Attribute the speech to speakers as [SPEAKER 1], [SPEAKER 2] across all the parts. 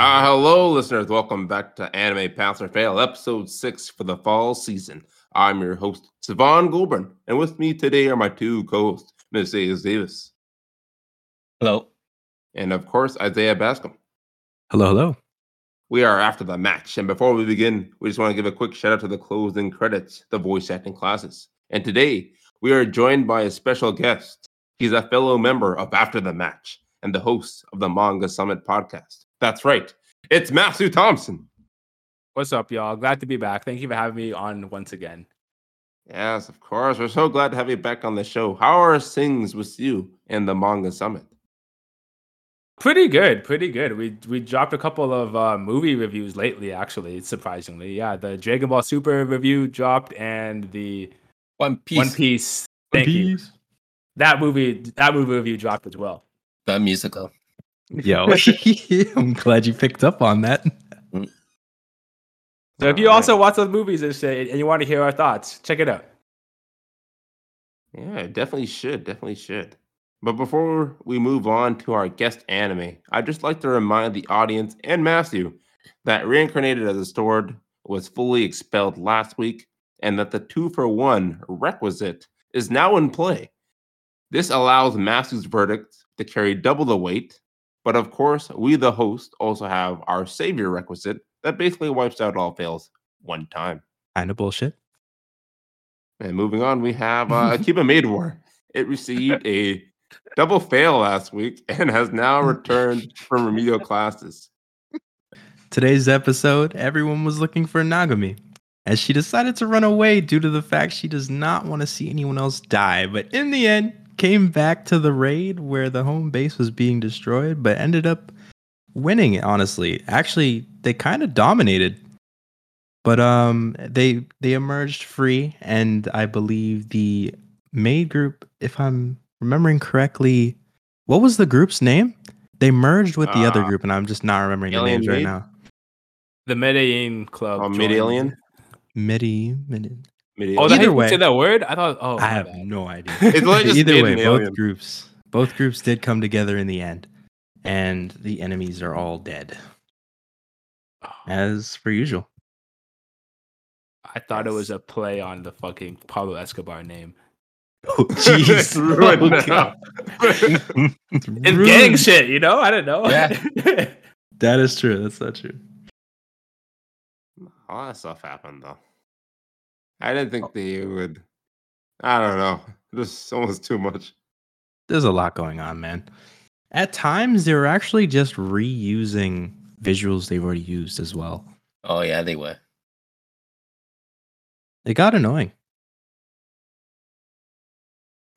[SPEAKER 1] Ah, hello, listeners. Welcome back to Anime Pass or Fail, episode six for the fall season. I'm your host, Savon Goldburn, and with me today are my two co hosts, Ms. Isaiah Davis
[SPEAKER 2] Hello.
[SPEAKER 1] and, of course, Isaiah Bascom.
[SPEAKER 3] Hello, hello.
[SPEAKER 1] We are after the match, and before we begin, we just want to give a quick shout out to the closing credits, the voice acting classes. And today, we are joined by a special guest. He's a fellow member of After the Match and the host of the Manga Summit podcast. That's right, it's Matthew Thompson.
[SPEAKER 4] What's up, y'all? Glad to be back. Thank you for having me on once again.
[SPEAKER 1] Yes, of course. We're so glad to have you back on the show. How are things with you and the Manga Summit?
[SPEAKER 4] Pretty good, pretty good. We we dropped a couple of uh, movie reviews lately, actually, surprisingly. Yeah, the Dragon Ball Super review dropped, and the
[SPEAKER 2] One Piece.
[SPEAKER 4] One Piece. Thank you. That movie, that movie review dropped as well.
[SPEAKER 2] The musical.
[SPEAKER 3] Yo, I'm glad you picked up on that.
[SPEAKER 4] So if you
[SPEAKER 1] Alright.
[SPEAKER 4] also watch those movies and shit, and you want to hear our thoughts, check it out.
[SPEAKER 1] Yeah, definitely should. Definitely should. But before we move on to our guest anime, I'd just like to remind the audience and Matthew that Reincarnated as a Sword was fully expelled last week and that the two for one requisite is now in play. This allows Matthew's verdict to carry double the weight, but of course, we, the host, also have our savior requisite that basically wipes out all fails one time.
[SPEAKER 3] Kind of bullshit.
[SPEAKER 1] And moving on, we have uh, Akiba Made War. It received a double fail last week and has now
[SPEAKER 2] Mm.
[SPEAKER 1] returned from remedial classes.
[SPEAKER 3] Today's episode, everyone was looking for Nagami, as she decided to run away due to the fact she does not want to see anyone else die. But in the end, came back to the raid where the home base was being destroyed, but ended up winning. it, Honestly, actually, they kind of dominated. But um, they they emerged free, and I believe the maid group, if I'm remembering correctly, what was the group's name? They merged with the other
[SPEAKER 1] Uh,
[SPEAKER 3] group, and I'm just not remembering their
[SPEAKER 1] Alien
[SPEAKER 3] names right
[SPEAKER 1] Maid?
[SPEAKER 3] now.
[SPEAKER 4] The Medellin Club.
[SPEAKER 3] Oh,
[SPEAKER 1] Um,
[SPEAKER 4] joined-
[SPEAKER 1] Mid Alien.
[SPEAKER 3] Midi, midi.
[SPEAKER 1] Mid
[SPEAKER 4] Oh,
[SPEAKER 1] Alien.
[SPEAKER 4] that
[SPEAKER 3] Either
[SPEAKER 4] you
[SPEAKER 3] way-
[SPEAKER 4] say that word? I thought. Oh,
[SPEAKER 3] I
[SPEAKER 4] my
[SPEAKER 3] have
[SPEAKER 4] bad.
[SPEAKER 3] no idea.
[SPEAKER 1] It's literally just
[SPEAKER 3] Either
[SPEAKER 1] made
[SPEAKER 3] way,
[SPEAKER 1] an
[SPEAKER 3] both
[SPEAKER 1] alien.
[SPEAKER 3] groups, both groups did come together in the end, and the enemies are all dead as per usual.
[SPEAKER 4] Oh, I thought it was a play on the fucking Pablo Escobar name.
[SPEAKER 3] Oh,
[SPEAKER 1] It's ruined now.
[SPEAKER 4] It's gang shit, you know? I don't know.
[SPEAKER 2] Yeah.
[SPEAKER 3] That is true. That's not true.
[SPEAKER 1] All that stuff happened though. I didn't
[SPEAKER 2] Oh.
[SPEAKER 1] think they would. I don't know. This almost too much.
[SPEAKER 3] There's a lot going on, man. At times, they were actually just reusing visuals they've already used as well.
[SPEAKER 2] Oh yeah, they were.
[SPEAKER 3] It got annoying.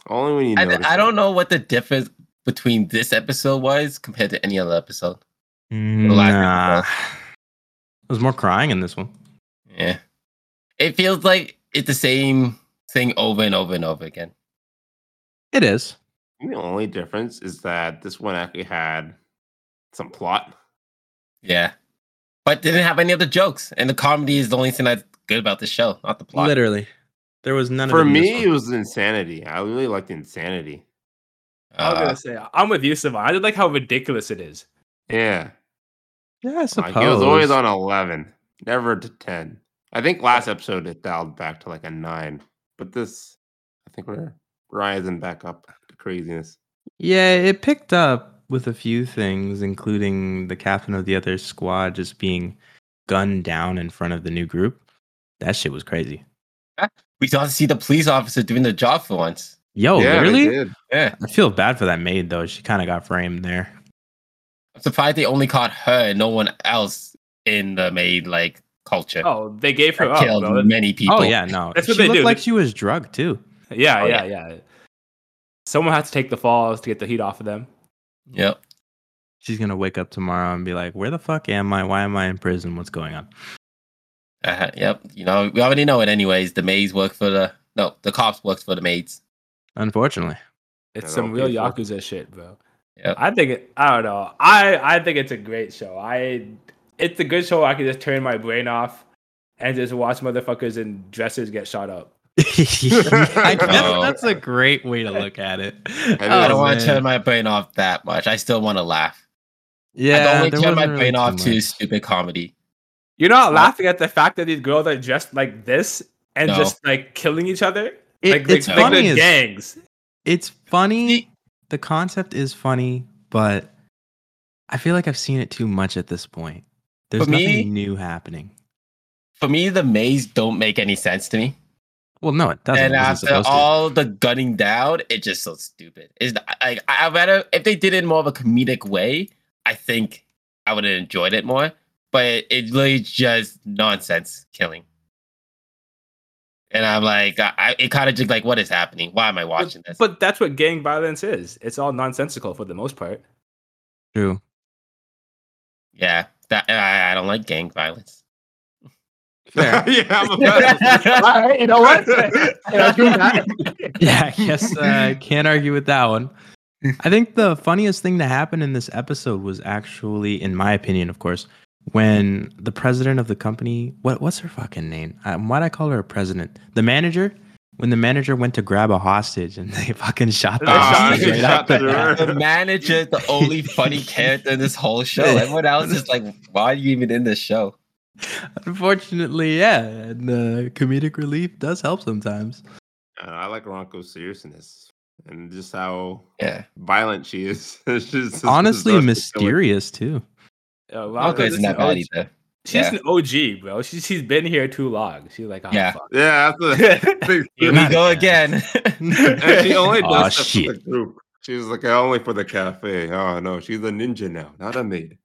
[SPEAKER 1] Only when you
[SPEAKER 2] I,
[SPEAKER 1] know.
[SPEAKER 2] I don't know what the difference between this episode was compared to any other episode. lack of
[SPEAKER 3] Nah. There's more crying in this one.
[SPEAKER 2] Yeah. It feels like it's the same thing over and over and over again.
[SPEAKER 3] It is.
[SPEAKER 1] The only difference is that this one actually had some plot.
[SPEAKER 2] Yeah. But didn't have any other jokes. And the comedy is the only thing that's good about the show, not the plot.
[SPEAKER 3] Literally, there was none
[SPEAKER 1] For
[SPEAKER 3] of it in this
[SPEAKER 1] me,
[SPEAKER 3] one.
[SPEAKER 1] it was insanity. I really liked insanity.
[SPEAKER 4] I was
[SPEAKER 2] Uh,
[SPEAKER 4] gonna say I'm with you, Savon. I just like how ridiculous it is.
[SPEAKER 1] Yeah.
[SPEAKER 3] Yeah, I
[SPEAKER 1] Like,
[SPEAKER 3] suppose.
[SPEAKER 1] it was always on 11, never to 10. I think last episode it dialed back to like a 9, but this, I think we're rising back up to craziness.
[SPEAKER 3] Yeah, it picked up with a few things, including the captain of the other squad just being gunned down in front of the new group. That shit was crazy.
[SPEAKER 2] we got to see the police officer doing the job for once.
[SPEAKER 3] Yo,
[SPEAKER 1] they
[SPEAKER 3] Oh, really?
[SPEAKER 1] did.
[SPEAKER 2] Yeah.
[SPEAKER 3] I feel bad for that maid though. She kind of got framed there.
[SPEAKER 2] I'm surprised they only caught her and no one else in the maid like culture.
[SPEAKER 4] Oh, they gave her
[SPEAKER 2] That
[SPEAKER 4] up.
[SPEAKER 2] killed
[SPEAKER 4] Bro.
[SPEAKER 2] many people.
[SPEAKER 3] Oh yeah, no.
[SPEAKER 4] That's what
[SPEAKER 3] she
[SPEAKER 4] they
[SPEAKER 3] looked
[SPEAKER 4] do.
[SPEAKER 3] like she was drugged too.
[SPEAKER 4] Yeah,
[SPEAKER 2] Oh,
[SPEAKER 4] yeah, yeah. Someone has to take the falls to get the heat off of them.
[SPEAKER 2] Yep.
[SPEAKER 3] She's gonna wake up tomorrow and be like, "Where the fuck am I? Why am I in prison? What's going on?"
[SPEAKER 2] Uh, yep. You know, we already know it anyways. The maids work for the no, the cops works for the maids.
[SPEAKER 3] Unfortunately,
[SPEAKER 4] It's
[SPEAKER 1] Yeah,
[SPEAKER 4] some
[SPEAKER 1] that'll
[SPEAKER 4] real
[SPEAKER 1] be fun.
[SPEAKER 4] yakuza shit, bro.
[SPEAKER 2] Yep.
[SPEAKER 4] I think it, I don't know. I I think it's a great show. I it's a good show. I can just turn my brain off and just watch motherfuckers in dresses get shot up.
[SPEAKER 3] I guess
[SPEAKER 2] Oh.
[SPEAKER 3] that's a great way to look at it.
[SPEAKER 1] I
[SPEAKER 2] I don't
[SPEAKER 1] Oh,
[SPEAKER 2] want to
[SPEAKER 3] man.
[SPEAKER 2] turn my brain off that much. I still want to laugh. I
[SPEAKER 3] Yeah,
[SPEAKER 2] don't
[SPEAKER 3] there
[SPEAKER 2] really turn my
[SPEAKER 3] wasn't really
[SPEAKER 2] brain off
[SPEAKER 3] too
[SPEAKER 2] to
[SPEAKER 3] much.
[SPEAKER 2] stupid comedy.
[SPEAKER 4] You're not
[SPEAKER 2] Uh,
[SPEAKER 4] laughing at the fact that these girls are dressed like this and
[SPEAKER 2] No.
[SPEAKER 4] just like killing each other.
[SPEAKER 3] It-
[SPEAKER 4] like,
[SPEAKER 3] it's
[SPEAKER 4] like,
[SPEAKER 2] they're
[SPEAKER 3] funny.
[SPEAKER 4] like
[SPEAKER 3] as-
[SPEAKER 4] the gangs.
[SPEAKER 3] it's funny.
[SPEAKER 2] See-
[SPEAKER 3] The concept is funny, but I feel like I've seen it too much at this point. There's
[SPEAKER 2] For me-
[SPEAKER 3] nothing new happening.
[SPEAKER 2] For me, the maze don't make any sense to me.
[SPEAKER 3] Well, no, it doesn't.
[SPEAKER 2] and
[SPEAKER 3] It wasn't
[SPEAKER 2] after
[SPEAKER 3] supposed to.
[SPEAKER 2] all the gunning down, it's just so stupid. Is like I I'd rather if they did it in more of a comedic way, I think I would have enjoyed it more. But it really just nonsense killing. And I'm like, I, I- it kind of just like, what is happening? Why am I watching this?
[SPEAKER 4] But that's what gang violence is. It's all nonsensical for the most part.
[SPEAKER 3] True.
[SPEAKER 2] yeah, that I, I don't like gang violence.
[SPEAKER 3] Fair.
[SPEAKER 1] yeah, I'm obsessed.
[SPEAKER 4] you know what?
[SPEAKER 1] Uh,
[SPEAKER 4] I do not-
[SPEAKER 3] yeah, I guess uh, I can't argue with that one. I think the funniest thing to happen in this episode was actually, in my opinion, of course, when the president of the company, what what's her fucking name? Um, why'd I call her a president? The manager? When the manager went to grab a hostage and they fucking shot the
[SPEAKER 4] They shot-
[SPEAKER 3] hostage
[SPEAKER 4] they
[SPEAKER 3] right
[SPEAKER 4] shot
[SPEAKER 3] out the
[SPEAKER 1] the-
[SPEAKER 3] ass.
[SPEAKER 2] the manager, is the only funny character in this whole show. Everyone else is like, why are you even in this show?
[SPEAKER 3] Unfortunately, yeah. And uh, comedic relief does help sometimes.
[SPEAKER 1] Uh, I like Ronco's seriousness and just how
[SPEAKER 2] Yeah,
[SPEAKER 1] violent she is. It's just-
[SPEAKER 3] Honestly,
[SPEAKER 1] it's just-
[SPEAKER 3] mysterious too.
[SPEAKER 4] Uh, well,
[SPEAKER 2] Malcolm
[SPEAKER 4] this
[SPEAKER 2] isn't that
[SPEAKER 4] is
[SPEAKER 2] bad
[SPEAKER 4] OG.
[SPEAKER 2] either.
[SPEAKER 4] She's
[SPEAKER 2] Yeah.
[SPEAKER 4] an OG, bro. She, she's been here too long. She's like, oh,
[SPEAKER 2] Yeah.
[SPEAKER 4] fuck.
[SPEAKER 1] Yeah, that's the thing.
[SPEAKER 2] Here we
[SPEAKER 3] Not
[SPEAKER 2] go
[SPEAKER 3] again.
[SPEAKER 2] again. oh,
[SPEAKER 1] And she only does
[SPEAKER 3] Aw,
[SPEAKER 1] stuff for the
[SPEAKER 3] shit.
[SPEAKER 1] group. She's like only for the cafe. Oh no, she's a ninja now, not a maid.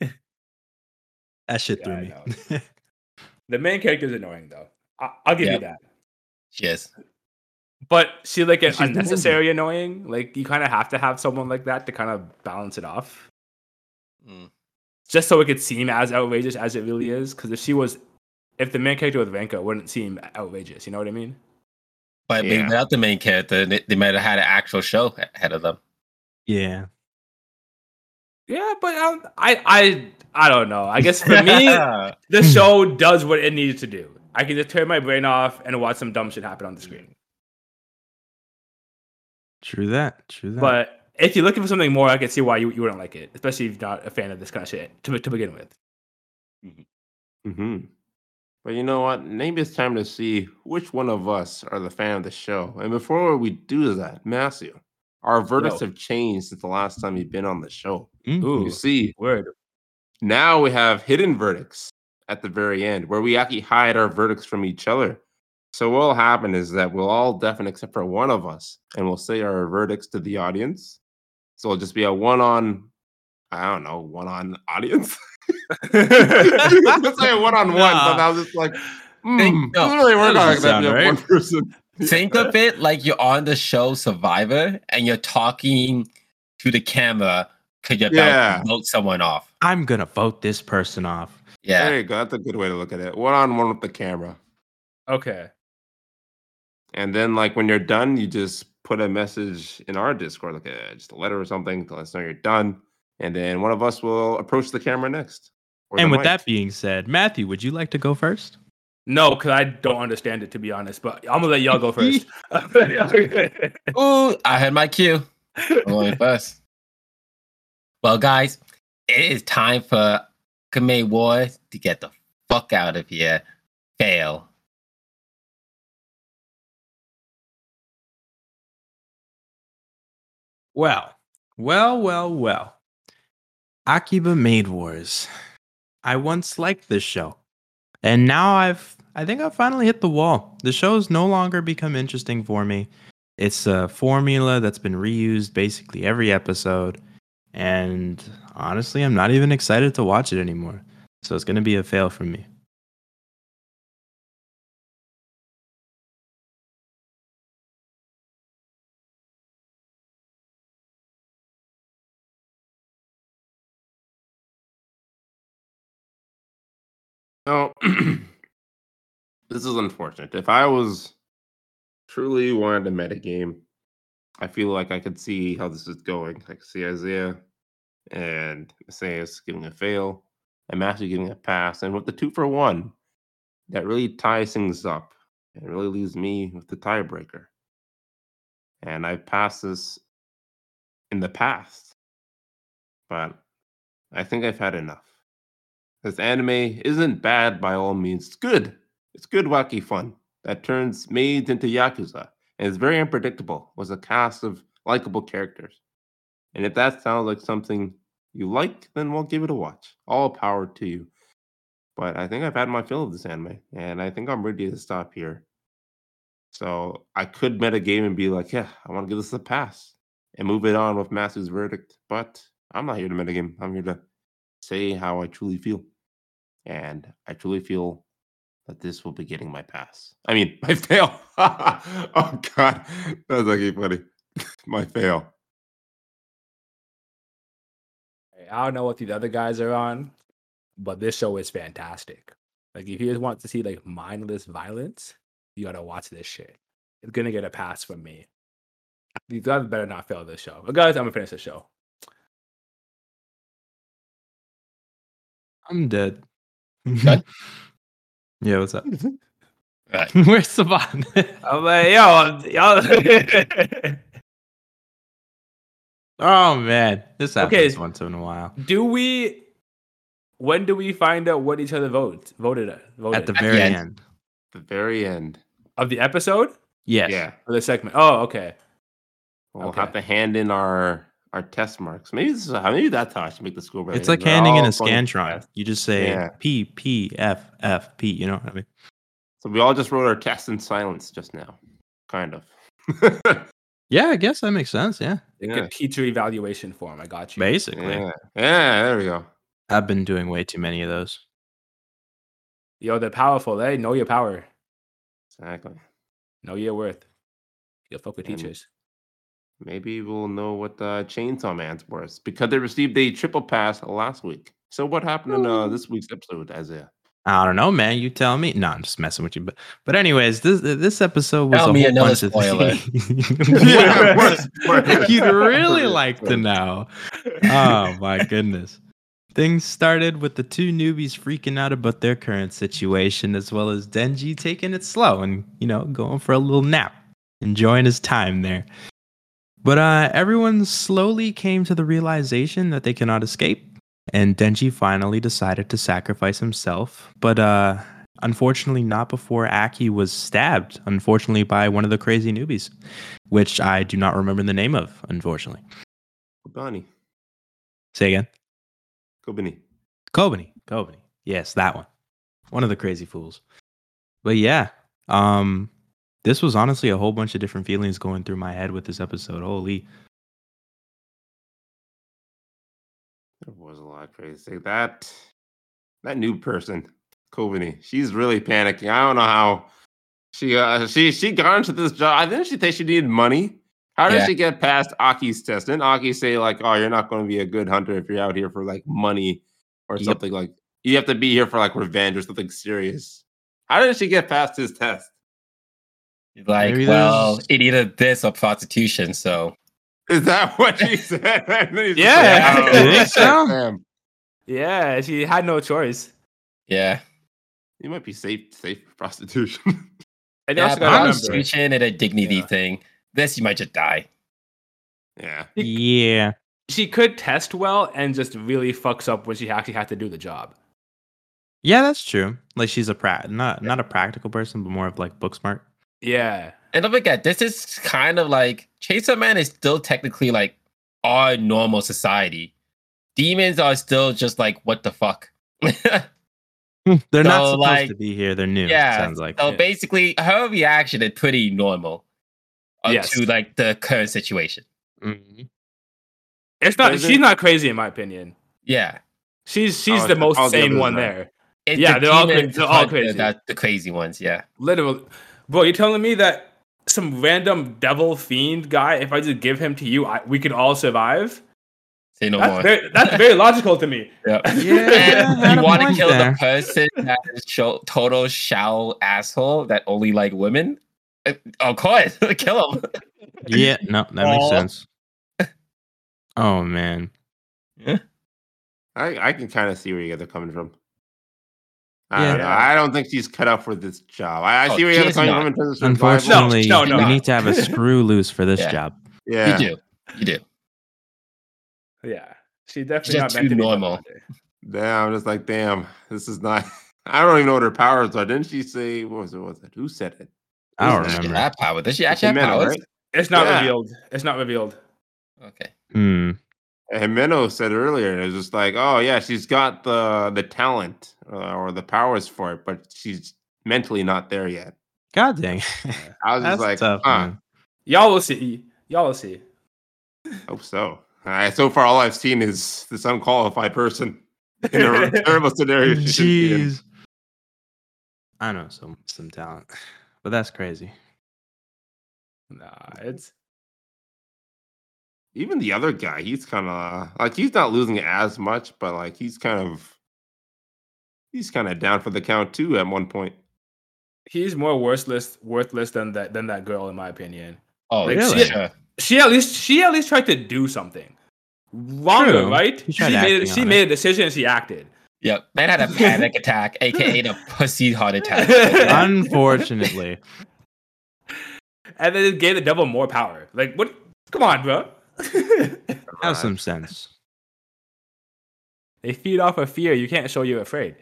[SPEAKER 3] That shit
[SPEAKER 4] Yeah, I
[SPEAKER 3] threw me.
[SPEAKER 4] The main character's annoying, though. I, I'll give
[SPEAKER 2] Yeah.
[SPEAKER 4] you that.
[SPEAKER 2] Yes.
[SPEAKER 4] But she like an
[SPEAKER 3] She's the movie.
[SPEAKER 4] unnecessary annoying. Like you kind of have to have someone like that to kind of balance it off,
[SPEAKER 2] Mm.
[SPEAKER 4] just so it could seem as outrageous as it really is. Because if she was, if the main character was Renko, it wouldn't seem outrageous. You know what I mean?
[SPEAKER 2] But maybe
[SPEAKER 1] Yeah.
[SPEAKER 2] without the main character, they, they might have had an actual show ahead of them.
[SPEAKER 3] yeah.
[SPEAKER 4] Yeah, but I, don't- I, I, I don't know. I guess for me, the show does what it needs to do. I can just turn my brain off and watch some dumb shit happen on the screen.
[SPEAKER 3] True that. True that.
[SPEAKER 4] But if you're looking for something more, I can see why you, you wouldn't like it, especially if you're not a fan of this kind of shit to, to begin with.
[SPEAKER 1] hmm But you know what? Maybe it's time to see which one of us are the fan of the show. And before we do that, Matthew, our verdicts
[SPEAKER 4] Yo.
[SPEAKER 1] have changed since the last time you've been on the show.
[SPEAKER 3] Mm.
[SPEAKER 1] You see,
[SPEAKER 4] word.
[SPEAKER 1] now we have hidden verdicts at the very end where we actually hide our verdicts from each other. So what will happen is that we'll all deafen except for one of us, and we'll say our verdicts to the audience. So it'll just be a one-on, I don't know, one-on audience. Let's say a one-on-one,
[SPEAKER 3] Nah.
[SPEAKER 1] but I was just like, hmm,
[SPEAKER 2] Think- no,
[SPEAKER 1] doesn't really work
[SPEAKER 3] that
[SPEAKER 1] out
[SPEAKER 3] doesn't
[SPEAKER 1] except
[SPEAKER 3] sound
[SPEAKER 1] you have
[SPEAKER 3] right.
[SPEAKER 1] one person.
[SPEAKER 2] Think of it like you're on the show Survivor and you're talking to the camera because you're about
[SPEAKER 1] Yeah.
[SPEAKER 2] to vote someone off.
[SPEAKER 3] I'm gonna vote this person off.
[SPEAKER 2] Yeah.
[SPEAKER 1] There you go. That's a good way to look at it. One-on-one with the camera.
[SPEAKER 4] Okay.
[SPEAKER 1] And then, like, when you're done, you just put a message in our Discord, like a, just a letter or something to let us know you're done. And then one of us will approach the camera next. or the
[SPEAKER 3] and with
[SPEAKER 1] mic.
[SPEAKER 3] that being said, Matthew, would you like to go first?
[SPEAKER 4] No, because I don't understand it to be honest. But I'm gonna let y'all go first. yeah,
[SPEAKER 2] Ooh, I had my cue. I'm going first. Well, guys, it is time for Kamei War to get the fuck out of here. Fail.
[SPEAKER 3] Well, well, well, well. Akiba Maid Wars. I once liked this show. And now I've I think I've finally hit the wall. The show's no longer become interesting for me. It's a formula that's been reused basically every episode. And honestly, I'm not even excited to watch it anymore. So it's gonna be a fail for me.
[SPEAKER 1] No, this is unfortunate. If I was truly wanted to metagame, I feel like I could see how this is going. I could see Isaiah and Isaiah's giving a fail, and Matthew giving a pass. And with the two for one, that really ties things up. It really leaves me with the tiebreaker. And I've passed this in the past, but I think I've had enough. This anime isn't bad by all means. It's good. It's good, wacky fun that turns maids into yakuza and is very unpredictable with a cast of likable characters. And if that sounds like something you like, then we'll give it a watch. All power to you. But I think I've had my fill of this anime, and I think I'm ready to stop here. So I could metagame and be like, yeah, I want to give this a pass and move it on with Masu's verdict. But I'm not here to metagame. I'm here to say how I truly feel. And I truly feel that this will be getting my pass. I mean, my fail. oh, God. That's actually funny. my fail.
[SPEAKER 4] I don't know what these other guys are on, but this show is fantastic. Like, if you just want to see like mindless violence, you gotta watch this shit. It's gonna get a pass from me. These guys better not fail this show. But guys, I'm gonna finish the show.
[SPEAKER 3] I'm dead.
[SPEAKER 2] Done?
[SPEAKER 3] yeah, what's up?
[SPEAKER 2] Right.
[SPEAKER 3] Where's Saban?
[SPEAKER 4] I'm like, yo, y'all.
[SPEAKER 3] oh man, this happens
[SPEAKER 4] Okay.
[SPEAKER 3] once in a while.
[SPEAKER 4] do we? When do we find out what each other votes voted at? Voted
[SPEAKER 3] At the
[SPEAKER 2] the
[SPEAKER 3] very
[SPEAKER 2] end.
[SPEAKER 3] end.
[SPEAKER 1] The very end.
[SPEAKER 4] of the episode
[SPEAKER 3] Yes.
[SPEAKER 1] Yeah.
[SPEAKER 4] or the segment? Oh, okay.
[SPEAKER 1] We'll
[SPEAKER 4] Okay.
[SPEAKER 1] have to hand in our our test marks. Maybe this is how maybe that's how I should make the school.
[SPEAKER 3] It's
[SPEAKER 1] related.
[SPEAKER 3] like
[SPEAKER 1] They're
[SPEAKER 3] handing in a
[SPEAKER 1] all going
[SPEAKER 3] scantron.
[SPEAKER 1] fast.
[SPEAKER 3] You just say
[SPEAKER 1] Yeah.
[SPEAKER 3] P P F F P. You know what I mean?
[SPEAKER 1] So we all just wrote our tests in silence just now, kind of.
[SPEAKER 3] Yeah, I guess that makes sense. Yeah,
[SPEAKER 4] Like
[SPEAKER 1] Yeah.
[SPEAKER 4] a teacher evaluation form. I got you.
[SPEAKER 3] basically.
[SPEAKER 1] yeah. yeah, there we go.
[SPEAKER 3] I've been doing way too many of those.
[SPEAKER 4] Yo, they're powerful. They know your power.
[SPEAKER 1] Exactly.
[SPEAKER 4] Know your worth. You fuck with
[SPEAKER 1] And-
[SPEAKER 4] teachers.
[SPEAKER 1] Maybe we'll know what uh, Chainsaw Man's worth because they received a triple pass last week. So what happened in uh, this week's episode, Isaiah?
[SPEAKER 3] I don't know, man. You tell me. No, I'm just messing with you. But but anyways, this this episode was
[SPEAKER 2] Tell
[SPEAKER 3] a
[SPEAKER 2] me
[SPEAKER 3] whole
[SPEAKER 2] another
[SPEAKER 3] bunch
[SPEAKER 2] spoiler.
[SPEAKER 3] of things.
[SPEAKER 1] Yeah,
[SPEAKER 3] You'd really like to know. Oh my goodness. Things started with the two newbies freaking out about their current situation, as well as Denji taking it slow and, you know, going for a little nap, enjoying his time there. But uh, everyone slowly came to the realization that they cannot escape, and Denji finally decided to sacrifice himself. But uh, unfortunately, not before Aki was stabbed, unfortunately, by one of the crazy newbies, which I do not remember the name of, unfortunately.
[SPEAKER 1] Kobani.
[SPEAKER 3] Say again.
[SPEAKER 1] Kobani.
[SPEAKER 3] Kobani. Kobani. Yes, that one. One of the crazy fools. But yeah, um, this was honestly a whole bunch of different feelings going through my head with this episode. Holy.
[SPEAKER 1] There was a lot of crazy. That that new person, Kobani, she's really panicking. I don't know how she uh, she she got into this job. I think she thinks she needed money. How did
[SPEAKER 2] Yeah.
[SPEAKER 1] she get past Aki's test? Didn't Aki say like, "Oh, you're not going to be a good hunter if you're out here for like money or
[SPEAKER 3] Yep.
[SPEAKER 1] something like you have to be here for like revenge or something serious." How did she get past his test?
[SPEAKER 2] Like,
[SPEAKER 3] Maybe
[SPEAKER 2] well,
[SPEAKER 3] there's-
[SPEAKER 2] it either this or prostitution. So
[SPEAKER 1] Is that what she said? And then he's just like,
[SPEAKER 4] Yeah.
[SPEAKER 1] "Oh,
[SPEAKER 4] You think
[SPEAKER 1] shit,
[SPEAKER 3] so?
[SPEAKER 1] damn."
[SPEAKER 4] Yeah, she had no choice.
[SPEAKER 2] yeah,
[SPEAKER 1] You might be safe safe for prostitution.
[SPEAKER 4] And you
[SPEAKER 2] yeah
[SPEAKER 4] also gotta remember,
[SPEAKER 2] prostitution and a dignity
[SPEAKER 4] Yeah.
[SPEAKER 2] thing. This you might just die.
[SPEAKER 1] yeah.
[SPEAKER 3] Yeah.
[SPEAKER 4] she could test well and just really fucks up when she actually had to do the job.
[SPEAKER 3] Yeah, that's true. Like she's a pra- not not a practical person, but more of like book smart.
[SPEAKER 4] Yeah.
[SPEAKER 2] And don't forget, this is kind of like Chainsaw Man is still technically like our normal society. Demons are still just like what the fuck.
[SPEAKER 3] They're not
[SPEAKER 2] So,
[SPEAKER 3] supposed
[SPEAKER 2] like,
[SPEAKER 3] to be here. They're new.
[SPEAKER 2] yeah,
[SPEAKER 3] sounds like.
[SPEAKER 2] So
[SPEAKER 4] Yeah.
[SPEAKER 2] basically, her reaction is pretty normal uh,
[SPEAKER 4] Yes.
[SPEAKER 2] to like the current situation.
[SPEAKER 3] Mhm.
[SPEAKER 4] It's not
[SPEAKER 1] There's a-
[SPEAKER 4] she's not crazy in my opinion.
[SPEAKER 2] Yeah,
[SPEAKER 4] She's she's
[SPEAKER 1] Oh,
[SPEAKER 4] the
[SPEAKER 1] it's
[SPEAKER 4] most
[SPEAKER 1] all the
[SPEAKER 4] sane
[SPEAKER 1] others
[SPEAKER 4] one
[SPEAKER 1] are.
[SPEAKER 4] there.
[SPEAKER 2] It's
[SPEAKER 4] Yeah,
[SPEAKER 2] the
[SPEAKER 4] they're all
[SPEAKER 2] demons
[SPEAKER 4] cra- they're all
[SPEAKER 2] hunt
[SPEAKER 4] crazy.
[SPEAKER 2] That, the crazy ones, yeah.
[SPEAKER 4] Literally. Bro, you're telling me that some random devil fiend guy, if I just give him to you, I, we could all survive?
[SPEAKER 2] Say no more.
[SPEAKER 4] That's very, that's very logical to me.
[SPEAKER 2] Yeah.
[SPEAKER 3] Yeah.
[SPEAKER 2] And
[SPEAKER 3] Had
[SPEAKER 2] you
[SPEAKER 3] a
[SPEAKER 2] want to
[SPEAKER 3] point
[SPEAKER 2] kill
[SPEAKER 3] there.
[SPEAKER 2] the person that is sho- total shallow asshole that only like women? Uh, Of course, kill him.
[SPEAKER 3] Yeah. No, that makes
[SPEAKER 2] Aw.
[SPEAKER 3] sense. Oh man.
[SPEAKER 1] I, I can kind of see where you guys are coming from. I,
[SPEAKER 3] Yeah.
[SPEAKER 1] don't, know. I don't think she's cut out for this job. I, I
[SPEAKER 2] Oh,
[SPEAKER 1] see where you guys are coming
[SPEAKER 2] she's not.
[SPEAKER 1] from in terms of survival.
[SPEAKER 3] Unfortunately,
[SPEAKER 4] no, no.
[SPEAKER 3] we need to have a screw loose for this
[SPEAKER 2] Yeah.
[SPEAKER 3] job.
[SPEAKER 1] yeah,
[SPEAKER 2] You do. You do.
[SPEAKER 1] yeah.
[SPEAKER 4] Yeah. She definitely
[SPEAKER 2] just
[SPEAKER 4] not meant
[SPEAKER 2] too
[SPEAKER 4] to be the
[SPEAKER 2] normal.
[SPEAKER 4] mother.
[SPEAKER 1] Damn, I'm just like, damn, this is not. I don't even know what her powers are. Didn't she say what was it? Was it who said it?
[SPEAKER 3] I don't
[SPEAKER 1] Who's
[SPEAKER 2] Does she
[SPEAKER 3] remember.
[SPEAKER 2] have power? Does she
[SPEAKER 1] It's
[SPEAKER 2] actually have
[SPEAKER 1] Jimeno,
[SPEAKER 2] powers?
[SPEAKER 1] right?
[SPEAKER 4] It's not
[SPEAKER 1] Yeah.
[SPEAKER 4] revealed. It's not revealed.
[SPEAKER 2] Okay.
[SPEAKER 3] Hmm.
[SPEAKER 1] Jimeno said earlier, it was just like, oh yeah, she's got the the talent uh, or the powers for it, but she's mentally not there yet.
[SPEAKER 3] God dang.
[SPEAKER 1] I was
[SPEAKER 3] That's
[SPEAKER 1] just like,
[SPEAKER 3] tough.
[SPEAKER 1] huh,
[SPEAKER 3] man.
[SPEAKER 4] Y'all will see. Y'all will see.
[SPEAKER 1] hope so. All right, so far all I've seen is this unqualified person in a terrible scenario. she shouldn't be in.
[SPEAKER 3] Jeez. I know some some talent, but that's crazy.
[SPEAKER 4] Nah, it's
[SPEAKER 1] Even the other guy, he's kind of like he's not losing as much, but like he's kind of he's kind of down for the count too at one point.
[SPEAKER 4] he's more worthless worthless than that than that girl in my opinion.
[SPEAKER 2] Oh,
[SPEAKER 4] Like,
[SPEAKER 3] really?
[SPEAKER 2] sure.
[SPEAKER 4] She at least she at least tried to do something. Longer,
[SPEAKER 3] True.
[SPEAKER 4] right?
[SPEAKER 3] She
[SPEAKER 4] She,
[SPEAKER 3] tried
[SPEAKER 4] made
[SPEAKER 3] acting
[SPEAKER 4] she
[SPEAKER 3] on it.
[SPEAKER 4] made a decision and she acted.
[SPEAKER 2] Yep. Man had a panic attack, aka the pussy heart attack.
[SPEAKER 3] Unfortunately,
[SPEAKER 4] And then it gave the devil more power. Like what come on, bro.
[SPEAKER 3] have
[SPEAKER 1] Right.
[SPEAKER 3] some sense.
[SPEAKER 4] they feed off of fear. You can't show you're afraid.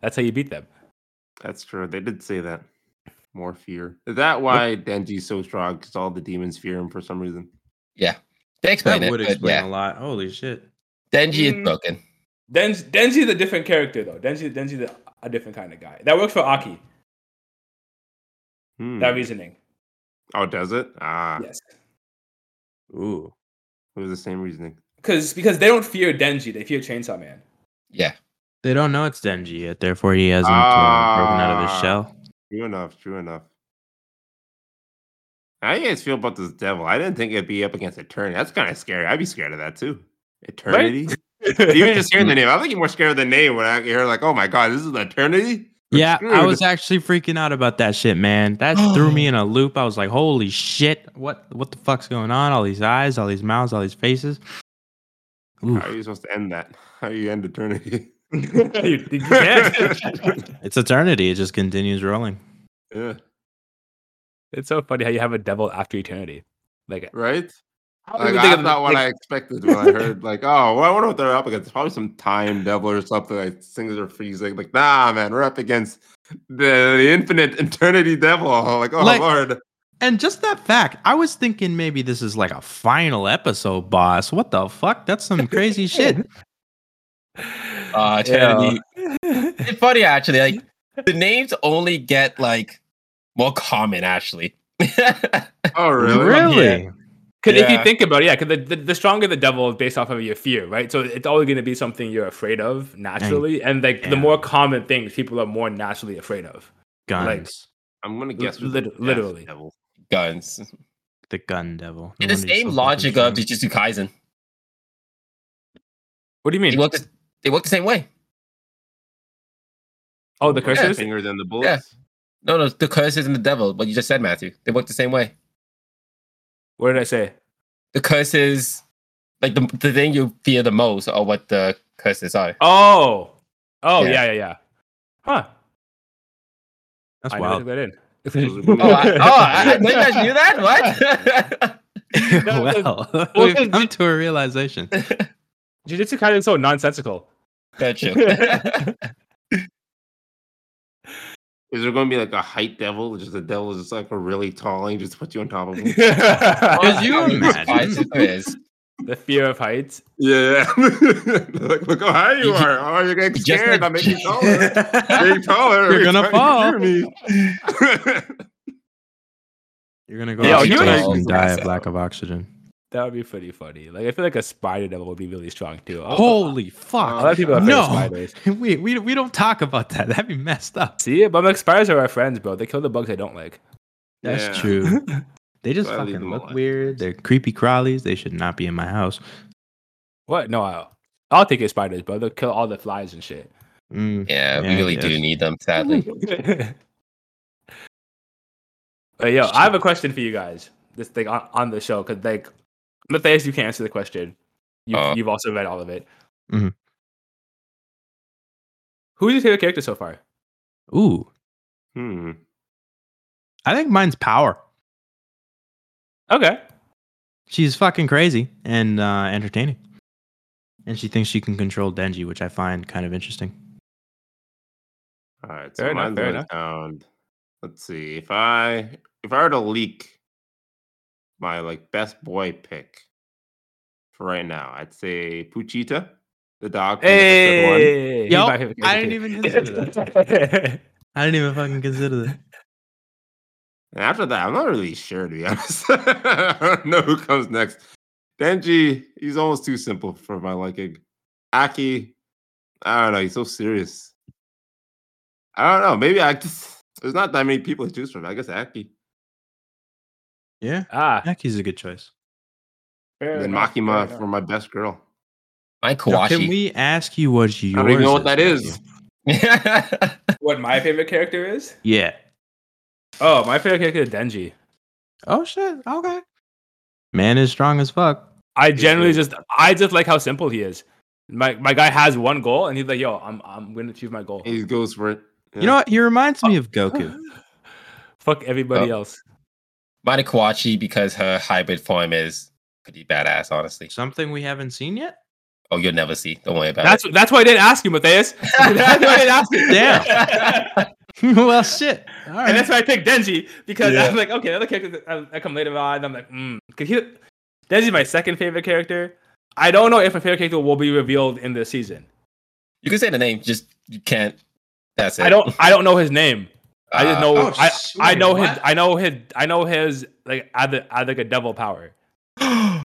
[SPEAKER 4] That's how you beat them.
[SPEAKER 1] That's true. They did say that. More fear. Is that why Denji's so strong? Because all the demons fear him for some reason.
[SPEAKER 2] Yeah. They explain
[SPEAKER 3] That
[SPEAKER 2] it.
[SPEAKER 3] would
[SPEAKER 2] but
[SPEAKER 3] explain
[SPEAKER 2] yeah.
[SPEAKER 3] a lot. Holy shit.
[SPEAKER 2] Denji
[SPEAKER 4] Mm.
[SPEAKER 2] is broken.
[SPEAKER 4] Den- Denji's a different character though. Denji Denji's a, a different kind of guy. That worked for Aki,
[SPEAKER 1] Hmm.
[SPEAKER 4] that reasoning.
[SPEAKER 1] oh, does it? Ah,
[SPEAKER 4] Yes.
[SPEAKER 3] Ooh.
[SPEAKER 1] it was the same reasoning.
[SPEAKER 4] Because because they don't fear Denji, they fear Chainsaw Man.
[SPEAKER 2] Yeah.
[SPEAKER 3] They don't know it's Denji yet, therefore he hasn't uh, broken out of his
[SPEAKER 1] Ah.
[SPEAKER 3] shell.
[SPEAKER 1] True enough. True enough. How do you guys feel about this devil? I didn't think it'd be up against Eternity. That's kind of scary. I'd be scared of that too. Eternity. Even just hearing the name, I think you're more scared of the name when I hear like, "Oh my god, this is Eternity." We're
[SPEAKER 3] Yeah, I
[SPEAKER 1] screwed.
[SPEAKER 3] was actually freaking out about that shit, man. That threw me in a loop. I was like, "Holy shit! What what the fuck's going on? All these eyes, all these mouths, all these faces." Ooh,
[SPEAKER 1] How are you supposed to end that? How do you end Eternity?
[SPEAKER 4] you, you can't.
[SPEAKER 3] it's eternity. It just continues rolling.
[SPEAKER 1] Yeah,
[SPEAKER 4] it's so funny how you have a devil after eternity. Like,
[SPEAKER 1] right.
[SPEAKER 4] how
[SPEAKER 1] Like,
[SPEAKER 4] people
[SPEAKER 1] I
[SPEAKER 4] think of-
[SPEAKER 1] thought what
[SPEAKER 4] like-
[SPEAKER 1] I expected when I heard, like, oh, well, I wonder what they're up against. Probably some time devil or something. Like things are freezing. Like, nah, man, we're up against the, the infinite eternity devil. Like, oh
[SPEAKER 3] Like-
[SPEAKER 1] lord,
[SPEAKER 3] And just that fact, I was thinking maybe this is like a final episode boss. What the fuck? That's some crazy shit.
[SPEAKER 2] Uh, Eternity. It's funny actually. Like the names only get like more common actually.
[SPEAKER 1] oh really?
[SPEAKER 3] Really?
[SPEAKER 4] Because if
[SPEAKER 2] Yeah.
[SPEAKER 4] you think about it, yeah, because the, the, the stronger the devil is based off of your fear, right? So it's always going to be something you're afraid of naturally. And like
[SPEAKER 3] yeah.
[SPEAKER 4] the more common things people are more naturally afraid of.
[SPEAKER 3] Guns.
[SPEAKER 4] Like-
[SPEAKER 1] I'm gonna guess who's
[SPEAKER 4] Lit-
[SPEAKER 1] the best
[SPEAKER 4] literally.
[SPEAKER 1] devil.
[SPEAKER 2] Guns.
[SPEAKER 3] the gun devil. No wonder
[SPEAKER 2] the
[SPEAKER 3] he's so
[SPEAKER 2] same
[SPEAKER 3] fucking
[SPEAKER 2] logic of
[SPEAKER 3] strong.
[SPEAKER 2] Jujutsu Kaisen.
[SPEAKER 4] What do you
[SPEAKER 2] They
[SPEAKER 4] mean?
[SPEAKER 2] work, the, they work the same way.
[SPEAKER 4] Oh, the
[SPEAKER 1] Right,
[SPEAKER 4] curses?
[SPEAKER 1] fingers and the bullets.
[SPEAKER 2] No, no, the curses and the devil, what you just said, Matthew. They work the same way.
[SPEAKER 4] What did I say?
[SPEAKER 2] The curses, like the, the thing you fear the most are what the curses are.
[SPEAKER 4] Oh. Oh,
[SPEAKER 2] Yeah.
[SPEAKER 4] yeah, yeah, yeah. Huh.
[SPEAKER 3] That's
[SPEAKER 4] I
[SPEAKER 3] wild.
[SPEAKER 4] never took that
[SPEAKER 1] Those
[SPEAKER 4] in.
[SPEAKER 1] are
[SPEAKER 2] Oh, I, oh, I, I know you guys knew that?
[SPEAKER 4] No, no,
[SPEAKER 3] well,
[SPEAKER 4] well,
[SPEAKER 3] we've
[SPEAKER 4] 'cause
[SPEAKER 3] come to a realization.
[SPEAKER 2] What?
[SPEAKER 4] Jiu-Jitsu kind of so nonsensical.
[SPEAKER 2] That's true.
[SPEAKER 1] Is there gonna be like a height devil? Just a devil is just like a really tall and just puts you on top of him.
[SPEAKER 2] Could
[SPEAKER 4] the
[SPEAKER 2] you
[SPEAKER 3] imagine?
[SPEAKER 2] imagine? Is,
[SPEAKER 4] fear of heights.
[SPEAKER 1] yeah, like look how high you
[SPEAKER 2] You ju-
[SPEAKER 1] are. Oh, you're getting
[SPEAKER 2] you just
[SPEAKER 1] scared.
[SPEAKER 2] like-
[SPEAKER 1] I'm making you taller. Getting taller.
[SPEAKER 3] You're gonna
[SPEAKER 1] trying to fear me.
[SPEAKER 3] You're gonna go
[SPEAKER 4] Yeah,
[SPEAKER 3] out
[SPEAKER 4] you
[SPEAKER 3] to
[SPEAKER 4] know-
[SPEAKER 3] space and die of
[SPEAKER 2] Myself.
[SPEAKER 3] lack of oxygen.
[SPEAKER 4] That would be pretty funny. Like I feel like a spider devil would be really strong too. Oh,
[SPEAKER 3] Holy
[SPEAKER 4] a
[SPEAKER 3] fuck!
[SPEAKER 4] lot of people are
[SPEAKER 3] No.
[SPEAKER 4] no. spiders.
[SPEAKER 3] we, we we don't talk about that. That'd be messed up.
[SPEAKER 4] See, but like spiders are our friends, bro. They kill the bugs I don't like.
[SPEAKER 3] That's
[SPEAKER 1] Yeah.
[SPEAKER 3] true. They just
[SPEAKER 1] So I leave
[SPEAKER 3] fucking
[SPEAKER 1] them
[SPEAKER 3] look
[SPEAKER 1] alone.
[SPEAKER 3] weird. They're creepy crawlies. They should not be in my house.
[SPEAKER 4] What? No, I'll, I'll take your spiders, bro. They'll kill all the flies and shit.
[SPEAKER 3] Mm.
[SPEAKER 2] yeah,
[SPEAKER 3] Yeah,
[SPEAKER 2] we really do
[SPEAKER 3] yes.
[SPEAKER 2] need them, sadly.
[SPEAKER 4] But yo, I have a question for you guys. This thing on, on the show, because like Matthias, you can answer the question. You,
[SPEAKER 2] Uh. Mm-hmm.
[SPEAKER 4] you've also read all of it.
[SPEAKER 3] Mhm.
[SPEAKER 4] Who's your favorite character so far?
[SPEAKER 3] Ooh,
[SPEAKER 1] Hmm.
[SPEAKER 3] I think mine's power.
[SPEAKER 4] Okay.
[SPEAKER 3] She's fucking crazy and uh, entertaining. And she thinks she can control Denji, which I find kind of interesting.
[SPEAKER 1] All right, so
[SPEAKER 4] Fair enough,
[SPEAKER 1] mine's
[SPEAKER 4] fair
[SPEAKER 1] going
[SPEAKER 4] enough.
[SPEAKER 1] down. Let's see if I if I were to leak my like best boy pick for right now, I'd say Puchita, the dog. from episode one.
[SPEAKER 4] Hey,
[SPEAKER 3] Yup, I didn't even consider
[SPEAKER 4] that.
[SPEAKER 3] I didn't even fucking consider that.
[SPEAKER 1] And after that, I'm not really sure to be honest. I don't know who comes next. Denji, he's almost too simple for my liking. Aki, I don't know. He's so serious. I don't know. Maybe I just there's not that many people to choose from. I guess Aki.
[SPEAKER 3] Yeah.
[SPEAKER 4] ah,
[SPEAKER 3] Aki's a good choice.
[SPEAKER 4] fair
[SPEAKER 1] And then
[SPEAKER 4] enough, fair
[SPEAKER 1] Makima
[SPEAKER 4] enough.
[SPEAKER 1] for my best girl.
[SPEAKER 2] My
[SPEAKER 3] Now,
[SPEAKER 2] Kawashi.
[SPEAKER 3] can we ask you what yours
[SPEAKER 1] I don't even know what that
[SPEAKER 3] Matthew?
[SPEAKER 1] is.
[SPEAKER 4] what my favorite character is?
[SPEAKER 3] Yeah.
[SPEAKER 4] Oh, my favorite character is Denji.
[SPEAKER 3] Oh shit. Okay. Man is strong as fuck.
[SPEAKER 4] I
[SPEAKER 1] He's
[SPEAKER 4] generally
[SPEAKER 1] really-
[SPEAKER 4] just I just like how simple he is. My my guy has one goal and he's like, yo, I'm I'm gonna achieve my goal.
[SPEAKER 1] He goes for it.
[SPEAKER 3] You know what? He reminds me of
[SPEAKER 4] Oh.
[SPEAKER 3] Goku.
[SPEAKER 4] Fuck everybody else.
[SPEAKER 2] Mine Kawashi because her hybrid form is pretty badass, honestly.
[SPEAKER 3] Something we haven't seen yet?
[SPEAKER 2] Oh, you'll never see. Don't worry about
[SPEAKER 4] That's that's why I didn't ask you, Matthias.
[SPEAKER 2] it.
[SPEAKER 4] That's why I didn't ask you.
[SPEAKER 3] Damn. well shit. All right.
[SPEAKER 4] And that's why I picked Denji because
[SPEAKER 2] Yeah.
[SPEAKER 4] I'm like, okay, other characters I, I uh, come later on. I'm like, mm. Cause he, Denji's my second favorite character. I don't know if a favorite character will be revealed in this season.
[SPEAKER 2] You can say the name, just you can't. That's it.
[SPEAKER 4] I don't. I don't know his name. I just
[SPEAKER 2] Uh,
[SPEAKER 4] know.
[SPEAKER 3] oh,
[SPEAKER 4] I,
[SPEAKER 3] shoot,
[SPEAKER 4] I know his.
[SPEAKER 3] what?
[SPEAKER 4] I know his. I know his. Like other. I like a devil power.
[SPEAKER 2] Does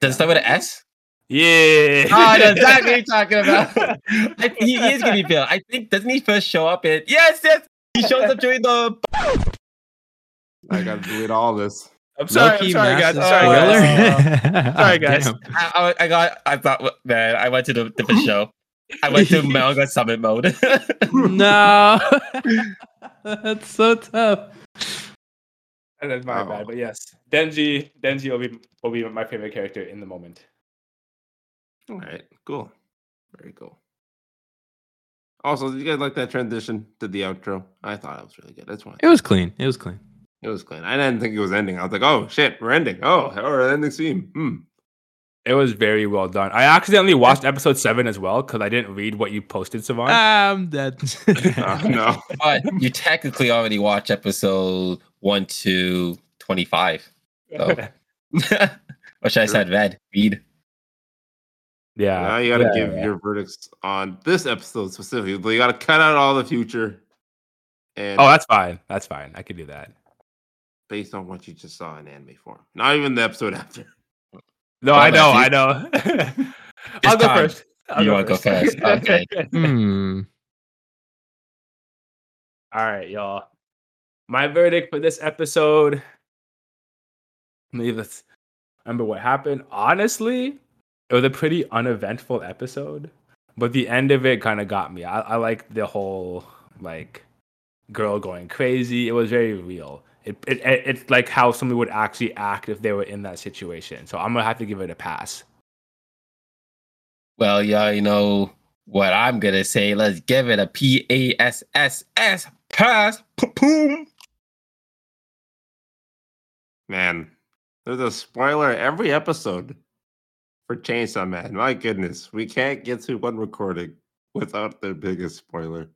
[SPEAKER 2] it start with an S?
[SPEAKER 4] Yeah.
[SPEAKER 2] Oh, I know exactly what you're talking about. I, he, he is gonna be Bill. I think doesn't he first show up in? Yes, yes. He shows up during the.
[SPEAKER 1] I gotta delete all this.
[SPEAKER 4] I'm sorry. I'm
[SPEAKER 3] Low-key
[SPEAKER 4] sorry, guys.
[SPEAKER 3] massive
[SPEAKER 4] I'm
[SPEAKER 3] spoiler.
[SPEAKER 4] sorry, guys. Sorry, guys.
[SPEAKER 3] Damn.
[SPEAKER 2] I, I, I got. I thought, man. I went to the different show. I went to manga summit mode.
[SPEAKER 3] no. That's so tough.
[SPEAKER 4] And that's my
[SPEAKER 1] Oh.
[SPEAKER 4] bad. But yes, Denji. Denji will be will be my favorite character in the moment.
[SPEAKER 1] All right, cool. Very cool. Also, did you guys like that transition to the outro? I thought it was really good. That's why
[SPEAKER 3] It was clean. It was clean.
[SPEAKER 1] it was clean. I didn't think it was ending. I was like, oh shit, we're ending. Oh, or ending scene. Hmm.
[SPEAKER 4] It was very well done. I accidentally watched episode seven as well because I didn't read what you posted, Savant.
[SPEAKER 3] I'm dead.
[SPEAKER 1] Oh,
[SPEAKER 3] Uh,
[SPEAKER 1] no.
[SPEAKER 2] but you technically already watch episode one to twenty-five. oh. or should I said red? Read.
[SPEAKER 1] Now
[SPEAKER 4] yeah.
[SPEAKER 1] you gotta
[SPEAKER 4] Yeah.
[SPEAKER 1] give your verdicts on this episode specifically. But you gotta cut out all the future. And
[SPEAKER 4] Oh, that's fine. That's fine. I could do that.
[SPEAKER 1] based on what you just saw in anime form. Not even the episode after.
[SPEAKER 4] No,
[SPEAKER 2] Well,
[SPEAKER 4] I know. I
[SPEAKER 2] that's
[SPEAKER 4] know. I'll go
[SPEAKER 2] time.
[SPEAKER 4] first. I'll
[SPEAKER 2] You wanna go first. Okay.
[SPEAKER 3] Hmm.
[SPEAKER 4] All right, y'all. My verdict for this episode. Needless. Remember what happened? Honestly, it was a pretty uneventful episode, but the end of it kind of got me. I, I like the whole like girl going crazy. It was very real. It, it, it it's like how somebody would actually act if they were in that situation. So I'm gonna have to give it a pass.
[SPEAKER 2] Well, y'all, you know what I'm gonna say. Let's give it a P A S S S pass. Boom.
[SPEAKER 1] Man, there's a spoiler every episode for Chainsaw Man. My goodness, we can't get to one recording without the biggest spoiler.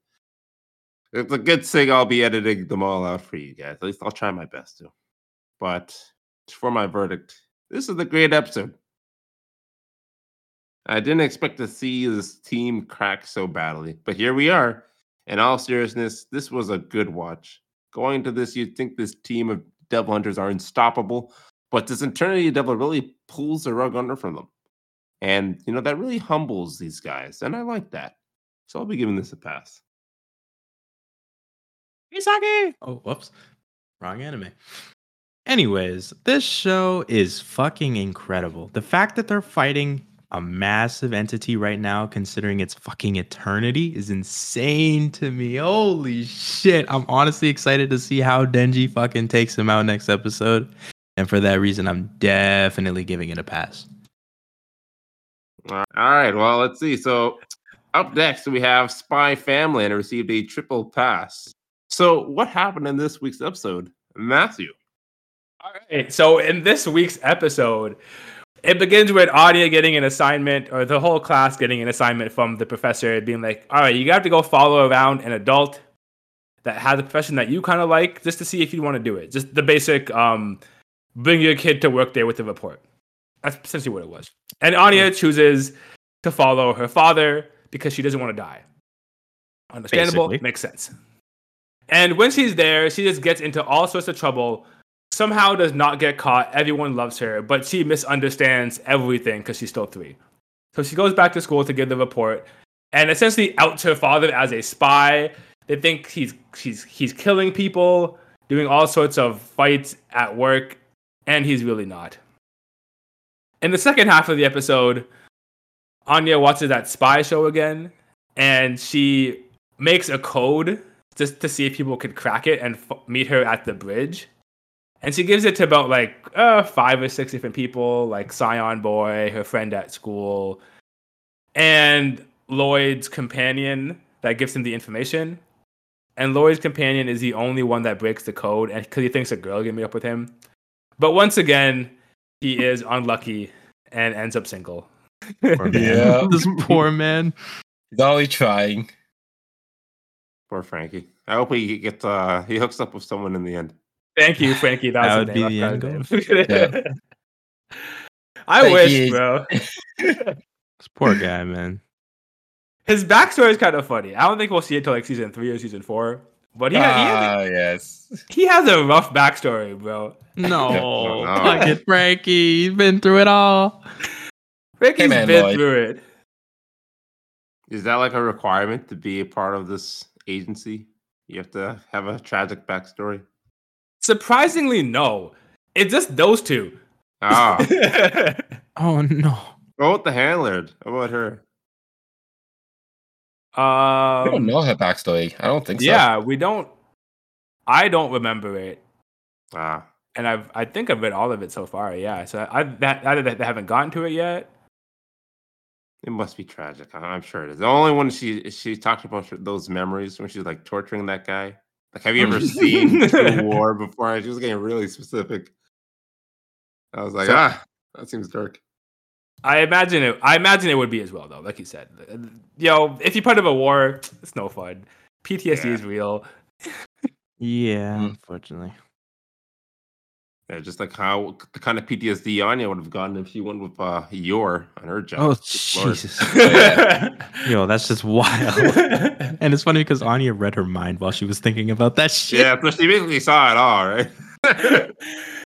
[SPEAKER 1] It's a good thing I'll be editing them all out for you guys. At least I'll try my best to. But for my verdict, this is a great episode. I didn't expect to see this team crack so badly, but here we are. In all seriousness, this was a good watch. Going into this, you'd think this team of devil hunters are unstoppable, but this eternity devil really pulls the rug under from them. And, you know, that really humbles these guys, and I like that. So I'll be giving this a pass.
[SPEAKER 3] Misaki. Oh, whoops. Wrong anime. Anyways, this show is fucking incredible. The fact that they're fighting a massive entity right now, considering its fucking eternity, is insane to me. Holy shit. I'm honestly excited to see how Denji fucking takes him out next episode. And for that reason, I'm definitely giving it a pass.
[SPEAKER 1] All right, well, let's see. So up next, we have Spy Family, and it received a triple pass. So what happened in this week's episode? Matthew.
[SPEAKER 4] All right. So in this week's episode, It begins with Audia getting an assignment, or the whole class getting an assignment from the professor, being like, "All right, you have to go follow around an adult that has a profession that you kind of like, just to see if you want to do it. Just the basic, um, bring your kid to work day with a report. That's essentially what it was. And Anya chooses to follow her father because she doesn't want to die. Understandable,
[SPEAKER 3] Basically.
[SPEAKER 4] makes sense. And when she's there, she just gets into all sorts of trouble. Somehow does not get caught. Everyone loves her, but she misunderstands everything because she's still three. So she goes back to school to give the report and essentially outs her father as a spy. They think he's she's he's killing people, doing all sorts of fights at work, and he's really not. In the second half of the episode, Anya watches that spy show again, and she makes a code just to see if people could crack it and f- meet her at the bridge. And she gives it to about like uh, five or six different people, like Scion Boy, her friend at school, and Lloyd's companion that gives him the information. And Lloyd's companion is the only one that breaks the code, and because he thinks a girl can meet up with him. But once again, he is unlucky and ends up single.
[SPEAKER 3] Poor man.
[SPEAKER 2] Yeah.
[SPEAKER 3] this poor man.
[SPEAKER 2] He's always trying.
[SPEAKER 1] Poor Frankie. I hope he gets uh he hooks up with someone in the end.
[SPEAKER 4] Thank you, Frankie. That,
[SPEAKER 3] That would
[SPEAKER 4] was the
[SPEAKER 3] be the
[SPEAKER 4] name.
[SPEAKER 3] end
[SPEAKER 4] I forgot his name. I
[SPEAKER 2] Thank
[SPEAKER 4] wish,
[SPEAKER 2] you.
[SPEAKER 4] bro.
[SPEAKER 3] This poor guy, man.
[SPEAKER 4] His backstory is kind of funny. I don't think we'll see it till like season three or season four. But he, he, has,
[SPEAKER 2] Ah, yes.
[SPEAKER 4] he has a rough backstory, bro.
[SPEAKER 3] No,
[SPEAKER 1] No.
[SPEAKER 3] fucking Frankie. He's been through it all.
[SPEAKER 4] Frankie's
[SPEAKER 2] man,
[SPEAKER 4] been
[SPEAKER 2] Lloyd.
[SPEAKER 4] through it.
[SPEAKER 1] Is that like a requirement to be a part of this agency? You have to have a tragic backstory.
[SPEAKER 4] Surprisingly, no. It's just those two.
[SPEAKER 1] Ah,
[SPEAKER 3] Oh no.
[SPEAKER 1] what about the handler? How about her?
[SPEAKER 2] I don't
[SPEAKER 4] um,
[SPEAKER 2] know her backstory. I don't think so.
[SPEAKER 4] yeah, we don't. I don't remember it.
[SPEAKER 1] Ah,
[SPEAKER 4] and I've I think I've read all of it so far. Yeah, so I that either that they haven't gotten to it yet.
[SPEAKER 1] it must be tragic. I- I'm sure it is. The only one she she talked about sh- those memories when she's like torturing that guy. Like, have you ever seen the war before? And She was getting really specific. I was like,
[SPEAKER 4] So-
[SPEAKER 1] ah, that seems dark.
[SPEAKER 4] I imagine it. I imagine it would be as well, though. Like you said, you know, if you're part of a war, it's no fun. PTSD is real.
[SPEAKER 3] Yeah,
[SPEAKER 2] Mm.
[SPEAKER 3] unfortunately.
[SPEAKER 1] Yeah, just like how the kind of PTSD Anya would have gotten if she went with uh, Yor on her job.
[SPEAKER 3] Oh
[SPEAKER 1] Lord.
[SPEAKER 3] Jesus.
[SPEAKER 2] yeah.
[SPEAKER 3] Yo, that's just wild. and it's funny because Anya read her mind while she was thinking about that shit.
[SPEAKER 1] Yeah, so she basically saw it all, right?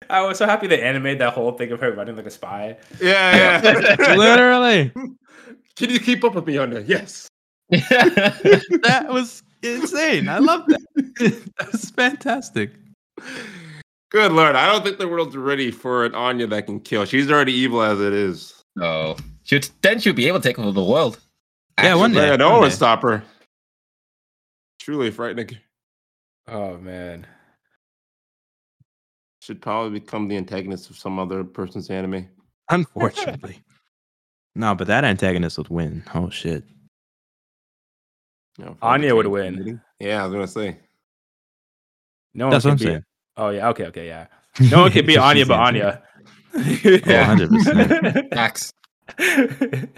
[SPEAKER 4] I was so happy they animated that whole thing of her running like a spy.
[SPEAKER 1] Yeah, yeah.
[SPEAKER 3] Literally.
[SPEAKER 1] Can you keep up with me on there? Yes.
[SPEAKER 3] That was insane. I love that. that was fantastic.
[SPEAKER 1] Good lord, I don't think the world's ready for an Anya that can kill. She's already evil as it is.
[SPEAKER 2] no. Should, then she'll be able to take over the world.
[SPEAKER 3] Yeah, one day.
[SPEAKER 1] Yeah,
[SPEAKER 3] one
[SPEAKER 1] no one
[SPEAKER 3] day.
[SPEAKER 1] stop her. Truly frightening.
[SPEAKER 4] Oh man,
[SPEAKER 1] Should probably become the antagonist of some other person's anime.
[SPEAKER 3] Unfortunately. no, but that antagonist would win. Oh shit.
[SPEAKER 1] You know, for
[SPEAKER 4] Anya
[SPEAKER 1] the
[SPEAKER 4] would
[SPEAKER 1] Chinese
[SPEAKER 4] win.
[SPEAKER 1] community. Yeah, I was gonna say.
[SPEAKER 4] no one
[SPEAKER 3] That's what
[SPEAKER 4] can
[SPEAKER 3] I'm
[SPEAKER 4] be.
[SPEAKER 3] saying.
[SPEAKER 4] Oh yeah, okay, okay, yeah. No one can be
[SPEAKER 3] Because
[SPEAKER 4] Anya
[SPEAKER 3] she's
[SPEAKER 4] but
[SPEAKER 3] the antagonist.
[SPEAKER 4] Anya.
[SPEAKER 3] Oh, 100%.
[SPEAKER 2] Max.
[SPEAKER 3] Did she
[SPEAKER 1] Like,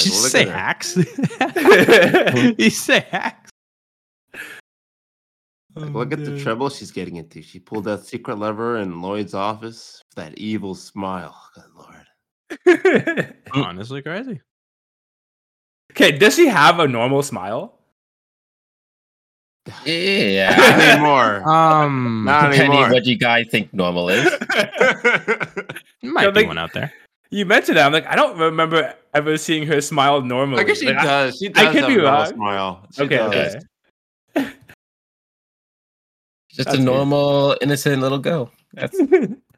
[SPEAKER 3] just
[SPEAKER 1] look
[SPEAKER 3] say
[SPEAKER 1] at her.
[SPEAKER 3] hacks? Did you say hacks?
[SPEAKER 1] Like, look at
[SPEAKER 3] Oh,
[SPEAKER 1] the trouble she's getting into. She pulled that secret lever in Lloyd's office. That evil smile. Good lord.
[SPEAKER 3] Honestly, crazy.
[SPEAKER 4] Okay, does she have a normal smile?
[SPEAKER 2] Yeah.
[SPEAKER 1] Not anymore.
[SPEAKER 3] Um,
[SPEAKER 1] Not
[SPEAKER 2] Depending
[SPEAKER 1] anymore.
[SPEAKER 2] what you guys think normal is.
[SPEAKER 3] might
[SPEAKER 4] Yo,
[SPEAKER 3] be
[SPEAKER 4] like-
[SPEAKER 3] one out there.
[SPEAKER 4] You mentioned that. I'm like, I don't remember ever seeing her smile normally.
[SPEAKER 1] I guess she
[SPEAKER 4] Like,
[SPEAKER 1] does. She
[SPEAKER 4] I
[SPEAKER 1] does
[SPEAKER 4] could
[SPEAKER 1] have
[SPEAKER 4] be
[SPEAKER 1] a normal
[SPEAKER 4] wrong.
[SPEAKER 1] smile. She
[SPEAKER 4] Okay,
[SPEAKER 1] does.
[SPEAKER 4] okay.
[SPEAKER 2] Just
[SPEAKER 4] That's
[SPEAKER 2] a
[SPEAKER 4] weird.
[SPEAKER 2] normal, innocent little girl. That's
[SPEAKER 3] Yeah,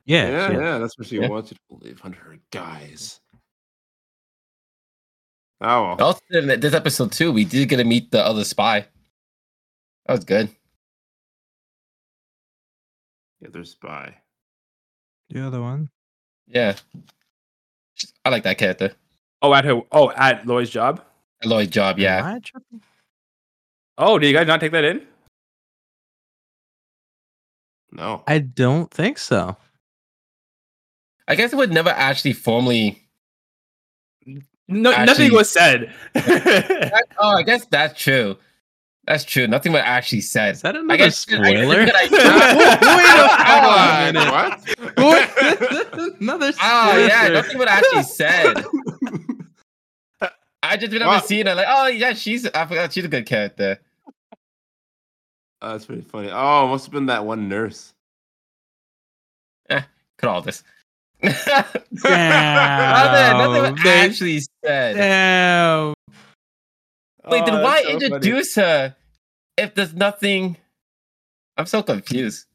[SPEAKER 1] Yeah,
[SPEAKER 3] shit.
[SPEAKER 1] yeah, that's what she
[SPEAKER 2] Yeah.
[SPEAKER 1] wants you to believe under her guise. Oh, well.
[SPEAKER 2] also in this episode too. We did get to meet the other spy. That was good.
[SPEAKER 1] the other spy.
[SPEAKER 3] the other one.
[SPEAKER 2] Yeah, I like that character.
[SPEAKER 4] Oh, at her. Oh, at Lloyd's job.
[SPEAKER 2] Lloyd Job. Yeah,
[SPEAKER 3] Am I tripping?
[SPEAKER 4] Oh, do you guys not take that in?
[SPEAKER 1] No.
[SPEAKER 3] I don't think so.
[SPEAKER 2] I guess it was never actually formally.
[SPEAKER 4] No,
[SPEAKER 2] Actually-
[SPEAKER 4] nothing was said.
[SPEAKER 2] Oh, I guess that's true. That's true. Nothing was actually said.
[SPEAKER 3] Is that
[SPEAKER 2] I
[SPEAKER 3] another
[SPEAKER 2] guess
[SPEAKER 3] spoiler?
[SPEAKER 2] I, I,
[SPEAKER 3] Wait a
[SPEAKER 1] What?
[SPEAKER 3] another spoiler.
[SPEAKER 2] oh yeah, nothing was actually said. I just remember
[SPEAKER 1] Wow.
[SPEAKER 2] seeing her like, oh yeah, she's I forgot she's a good character.
[SPEAKER 1] Oh, that's pretty funny. Oh, it must have been that one nurse.
[SPEAKER 2] Could all this. nothing, nothing
[SPEAKER 3] Damn.
[SPEAKER 2] was
[SPEAKER 3] they-
[SPEAKER 2] actually said.
[SPEAKER 3] Damn.
[SPEAKER 2] Wait,
[SPEAKER 1] Oh,
[SPEAKER 2] then
[SPEAKER 1] that's
[SPEAKER 2] why
[SPEAKER 1] so funny.
[SPEAKER 2] introduce her if there's nothing? I'm so confused.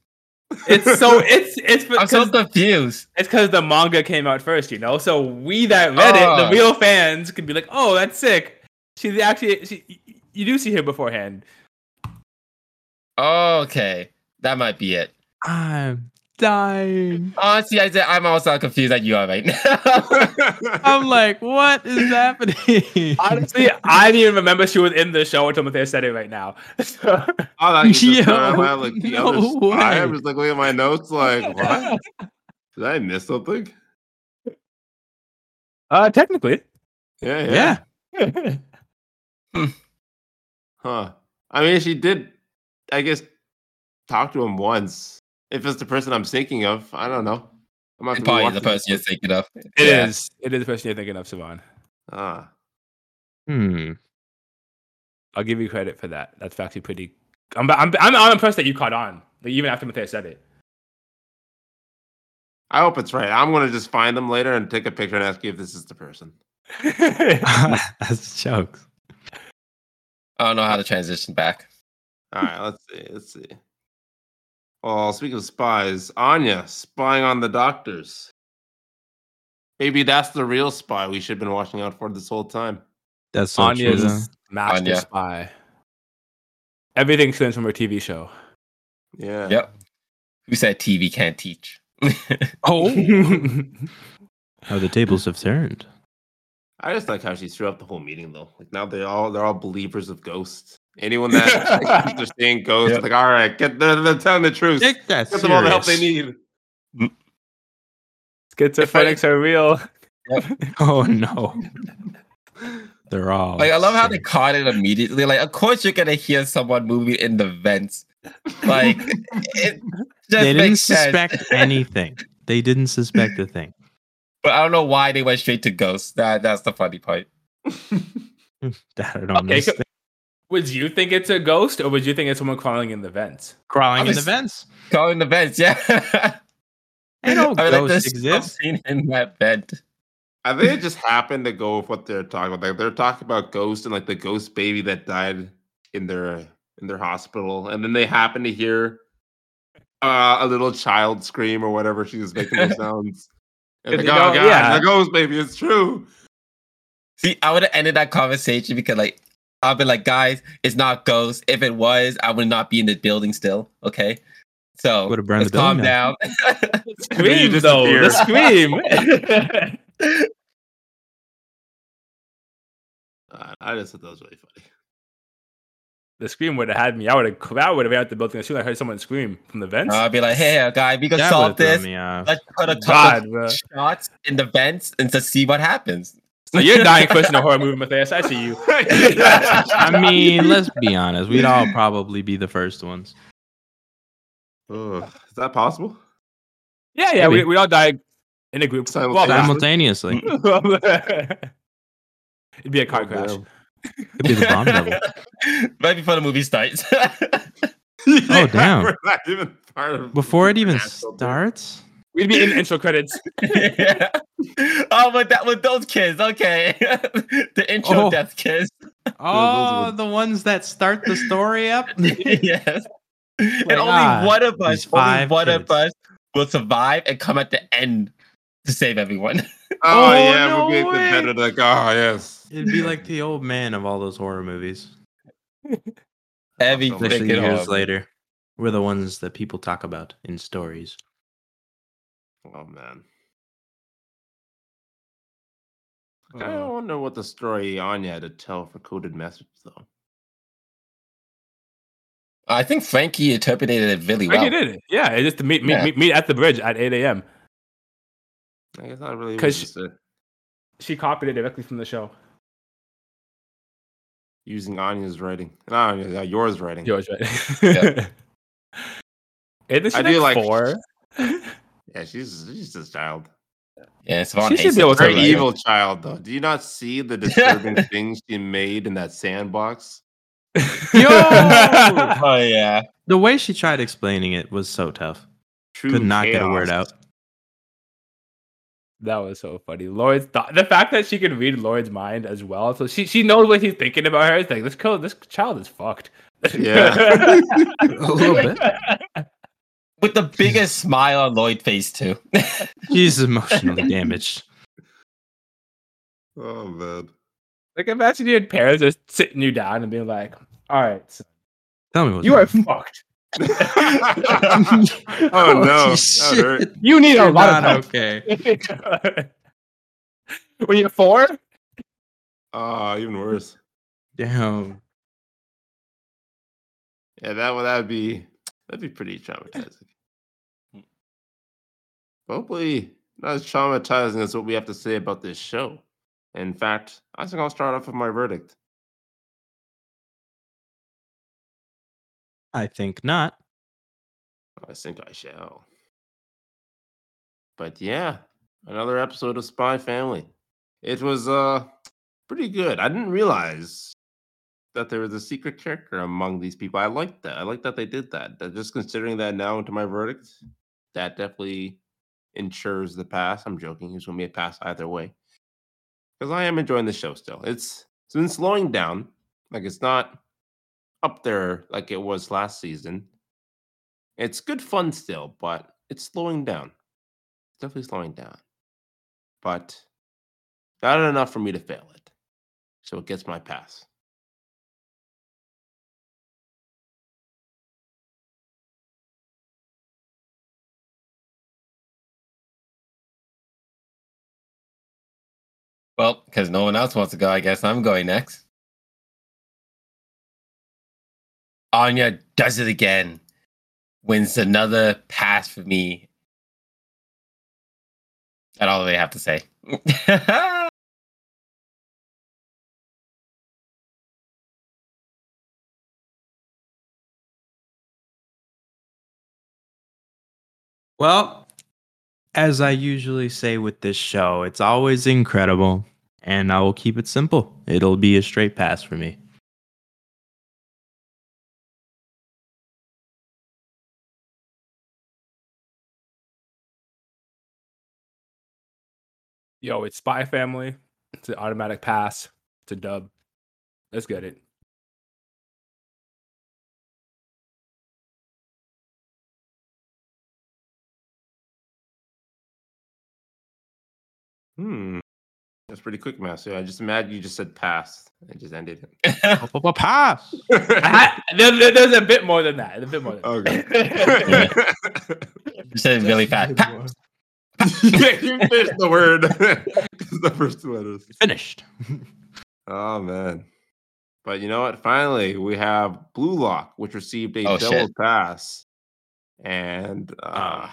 [SPEAKER 4] it's so it's it's
[SPEAKER 2] I'm so
[SPEAKER 4] because
[SPEAKER 2] confused.
[SPEAKER 4] it's because the manga came out first, you know. So we that read it,
[SPEAKER 2] Ah.
[SPEAKER 4] the real fans, can be like, "Oh, that's sick." She's actually she, y- you do see her beforehand.
[SPEAKER 2] Oh, Okay, that might be it.
[SPEAKER 3] I'm dying.
[SPEAKER 2] Honestly, I said I'm also confused that you are right now.
[SPEAKER 3] I'm like, what is happening?
[SPEAKER 4] Honestly, I didn't even remember she was in the show until Mateo said it right now. So-
[SPEAKER 1] I thought you just
[SPEAKER 3] Yo,
[SPEAKER 1] thought I had, like the
[SPEAKER 3] no
[SPEAKER 1] other side. I
[SPEAKER 3] way.
[SPEAKER 1] was like looking at my notes, like, what? Did I miss something?
[SPEAKER 4] uh, technically,
[SPEAKER 1] Yeah, yeah.
[SPEAKER 3] yeah.
[SPEAKER 1] Huh. I mean, she did, I guess, talk to him once. If it's the person I'm thinking of, I don't know. I'm not
[SPEAKER 2] Probably the person you're thinking of.
[SPEAKER 4] It is.
[SPEAKER 2] Yeah.
[SPEAKER 4] It is the person you're thinking of, Siobhan.
[SPEAKER 1] Ah,
[SPEAKER 3] Hmm.
[SPEAKER 4] I'll give you credit for that. That's actually pretty. I'm I'm I'm, I'm impressed that you caught on, like, even after Mateo said it.
[SPEAKER 1] I hope it's right. I'm gonna just find them later and take a picture and ask you if this is the person.
[SPEAKER 3] That's jokes.
[SPEAKER 2] I don't know how to transition back.
[SPEAKER 1] All right, let's see. Let's see. Well, speaking of spies, Anya spying on the doctors. Maybe that's the real spy we should have been watching out for this whole time.
[SPEAKER 3] That's so true. though.
[SPEAKER 4] Anya's master
[SPEAKER 2] Anya.
[SPEAKER 4] spy. Everything stems from her TV show.
[SPEAKER 1] Yeah.
[SPEAKER 2] Yep. Who said TV can't teach?
[SPEAKER 3] Oh, the tables have turned.
[SPEAKER 1] I just like how she threw up the whole meeting though. Like now they all they're all believers of ghosts. Anyone that thinks they're seeing ghosts,
[SPEAKER 2] Yep.
[SPEAKER 1] like all right, get they're, they're telling the truth. Get
[SPEAKER 3] that
[SPEAKER 1] them all the help they need.
[SPEAKER 4] Schizophrenics are real.
[SPEAKER 3] Oh no. They're all
[SPEAKER 2] Like I love how they
[SPEAKER 3] sick.
[SPEAKER 2] caught it immediately. Like, of course you're gonna hear someone moving in the vents. Like it just
[SPEAKER 3] they didn't
[SPEAKER 2] makes sense.
[SPEAKER 3] suspect anything. They didn't suspect a thing.
[SPEAKER 2] But I don't know why they went straight to ghosts. That that's the funny part.
[SPEAKER 3] That I don't
[SPEAKER 4] Okay, so-
[SPEAKER 3] understand.
[SPEAKER 4] Would you think it's a ghost, or would you think it's someone crawling in the vents?
[SPEAKER 3] Crawling in the
[SPEAKER 2] Obvious-
[SPEAKER 3] vents.
[SPEAKER 2] Calling the vents, yeah.
[SPEAKER 3] Ain't no
[SPEAKER 2] I mean, like,
[SPEAKER 3] ghosts
[SPEAKER 2] there's
[SPEAKER 3] exist.
[SPEAKER 2] something in that vent.
[SPEAKER 1] I think it just happened to go with what they're talking about. Like they're talking about ghosts and like the ghost baby that died in their in their hospital, and then they happen to hear uh, a little child scream or whatever she was making those sounds. And
[SPEAKER 4] It's
[SPEAKER 1] like, oh god,
[SPEAKER 4] a go- yeah.
[SPEAKER 1] the ghost baby, it's true.
[SPEAKER 2] See, I would have ended that conversation because like I've been like, guys, it's not ghosts. If it was, I would not be in the building still. Okay. So
[SPEAKER 3] Would've burned
[SPEAKER 2] let's
[SPEAKER 3] the
[SPEAKER 2] calm
[SPEAKER 3] building
[SPEAKER 2] down.
[SPEAKER 1] And then you
[SPEAKER 4] Scream though, the scream.
[SPEAKER 1] Uh, I just thought that was really funny.
[SPEAKER 4] the scream would have had me. I would have. That would have been out the building as soon as I heard someone scream from the vents.
[SPEAKER 2] I'll be like, hey guy, we can
[SPEAKER 3] That would've
[SPEAKER 2] solve
[SPEAKER 3] thrown
[SPEAKER 2] this.
[SPEAKER 3] me off.
[SPEAKER 2] Let's put a couple
[SPEAKER 4] God, bro.
[SPEAKER 2] shots in the vents and just see what happens.
[SPEAKER 4] So you're a dying person in a horror movie, Matthias. I see you.
[SPEAKER 3] I mean, let's be honest. We'd all probably be the first ones.
[SPEAKER 1] Ugh, is that possible?
[SPEAKER 4] Yeah, yeah.
[SPEAKER 3] Maybe.
[SPEAKER 4] We, we all died in a group.
[SPEAKER 1] Simultaneously.
[SPEAKER 3] Simultaneously.
[SPEAKER 4] It'd be a car crash.
[SPEAKER 1] Oh,
[SPEAKER 3] Could be the bomb level.
[SPEAKER 2] right before the movie starts. Oh,
[SPEAKER 1] Yeah,
[SPEAKER 3] Oh, damn.
[SPEAKER 1] we're not even part of-
[SPEAKER 3] Before it even
[SPEAKER 1] Supernatural, dude.
[SPEAKER 3] starts.
[SPEAKER 4] We'd be in the intro credits.
[SPEAKER 2] oh, with that with those kids, okay. the intro
[SPEAKER 3] Oh.
[SPEAKER 2] death kiss.
[SPEAKER 3] Oh,
[SPEAKER 1] were-
[SPEAKER 3] the ones that start the story up.
[SPEAKER 2] yes. and only
[SPEAKER 3] God.
[SPEAKER 2] one of us,
[SPEAKER 3] These
[SPEAKER 2] only
[SPEAKER 3] five
[SPEAKER 2] one of
[SPEAKER 3] kids.
[SPEAKER 2] us will survive and come at the end to save everyone.
[SPEAKER 1] Oh,
[SPEAKER 3] Oh,
[SPEAKER 1] yeah,
[SPEAKER 3] no
[SPEAKER 1] we'll be
[SPEAKER 3] way.
[SPEAKER 1] competitive. Like, oh yes.
[SPEAKER 3] It'd be like the old man of all those horror movies.
[SPEAKER 2] Every
[SPEAKER 1] Especially
[SPEAKER 2] freaking
[SPEAKER 3] Especially years
[SPEAKER 2] horror movie.
[SPEAKER 3] later. We're the ones that people talk about in stories.
[SPEAKER 1] Oh man. I
[SPEAKER 3] Oh.
[SPEAKER 1] kinda wonder what the story Anya had to tell for coded message though.
[SPEAKER 2] I think Frankie interpreted it really
[SPEAKER 4] I
[SPEAKER 2] well.
[SPEAKER 4] did it. Yeah, it's just to meet, meet,
[SPEAKER 2] Yeah.
[SPEAKER 4] meet, meet at the bridge at 8 a.m.
[SPEAKER 1] I guess I really was
[SPEAKER 4] 'Cause
[SPEAKER 1] just uh,
[SPEAKER 4] She copied it directly from the show.
[SPEAKER 1] using Anya's writing. No, Anya's- uh, yours writing.
[SPEAKER 4] Yours, right?
[SPEAKER 2] Yeah.
[SPEAKER 4] Isn't she
[SPEAKER 1] I
[SPEAKER 4] like,
[SPEAKER 1] do like-
[SPEAKER 4] four?
[SPEAKER 1] Yeah, she's she's just a child.
[SPEAKER 2] Yeah, Savant
[SPEAKER 4] She should
[SPEAKER 2] hates
[SPEAKER 4] be
[SPEAKER 2] it.
[SPEAKER 4] able to
[SPEAKER 1] Very
[SPEAKER 4] Totally.
[SPEAKER 1] evil child though. Do you not see the disturbing things she made in that sandbox?
[SPEAKER 3] Yo!
[SPEAKER 2] Oh yeah.
[SPEAKER 3] The way she tried explaining it was so tough.
[SPEAKER 1] True
[SPEAKER 3] Could not get a
[SPEAKER 1] chaos.
[SPEAKER 3] word out.
[SPEAKER 4] That was so funny. Lloyd's thought the fact that she could read Lloyd's mind as well, so she she knows what he's thinking about her. It's like this kid, this child is fucked.
[SPEAKER 1] Yeah.
[SPEAKER 3] A little bit.
[SPEAKER 2] With the biggest smile on Lloyd face too.
[SPEAKER 3] She's emotionally damaged.
[SPEAKER 1] Oh man.
[SPEAKER 4] like imagine your parents just sitting you down and being like, "All right, son,
[SPEAKER 3] Tell me what
[SPEAKER 4] you are fucked.
[SPEAKER 1] oh no.
[SPEAKER 3] Holy
[SPEAKER 1] That
[SPEAKER 3] shit.
[SPEAKER 1] hurt.
[SPEAKER 4] You need a
[SPEAKER 3] You're
[SPEAKER 4] lot
[SPEAKER 3] not
[SPEAKER 4] of help."
[SPEAKER 3] okay.
[SPEAKER 4] when you're four,
[SPEAKER 1] Oh, even worse.
[SPEAKER 3] Damn.
[SPEAKER 1] Yeah, that would that'd be that'd be pretty traumatizing. But hopefully not as traumatizing as what we have to say about this show. In fact, I think I'll start off with my verdict.
[SPEAKER 3] I think not.
[SPEAKER 1] I think I shall. But yeah, another episode of Spy Family. It was uh pretty good. I didn't realize that there was a secret character among these people. I liked that. I like that they did that. That- Just considering that now into my verdict, that definitely ensures the pass. I'm joking. He's gonna be a pass either way. Because I am enjoying the show still. It's it's been slowing down. Like it's not up there like it was last season. It's good fun still, but it's slowing down. It's definitely slowing down. But not enough for me to fail it. So it gets my pass.
[SPEAKER 2] Well, because no one else wants to go, I guess I'm going next. Anya does it again. Wins another pass for me. That's all they have to say.
[SPEAKER 3] Well, as I usually say with this show, it's always incredible, and I will keep it simple. It'll be a straight pass for me.
[SPEAKER 4] yo, it's Spy Family. It's an automatic pass. It's a dub. Let's get it.
[SPEAKER 1] Hmm. That's pretty quick, Master. I just imagine you just said pass and just ended
[SPEAKER 3] Pass.
[SPEAKER 4] I
[SPEAKER 1] it.
[SPEAKER 4] had- there- there- there's a bit more than that. A bit more. Than that.
[SPEAKER 1] okay.
[SPEAKER 2] You said it really fast. Pa-
[SPEAKER 1] you finished the word. It's the first two letters.
[SPEAKER 3] Finished.
[SPEAKER 1] Oh man. But you know what? Finally, we have Blue Lock, which received a
[SPEAKER 2] Oh,
[SPEAKER 1] double
[SPEAKER 2] shit.
[SPEAKER 1] pass. And uh
[SPEAKER 3] Um,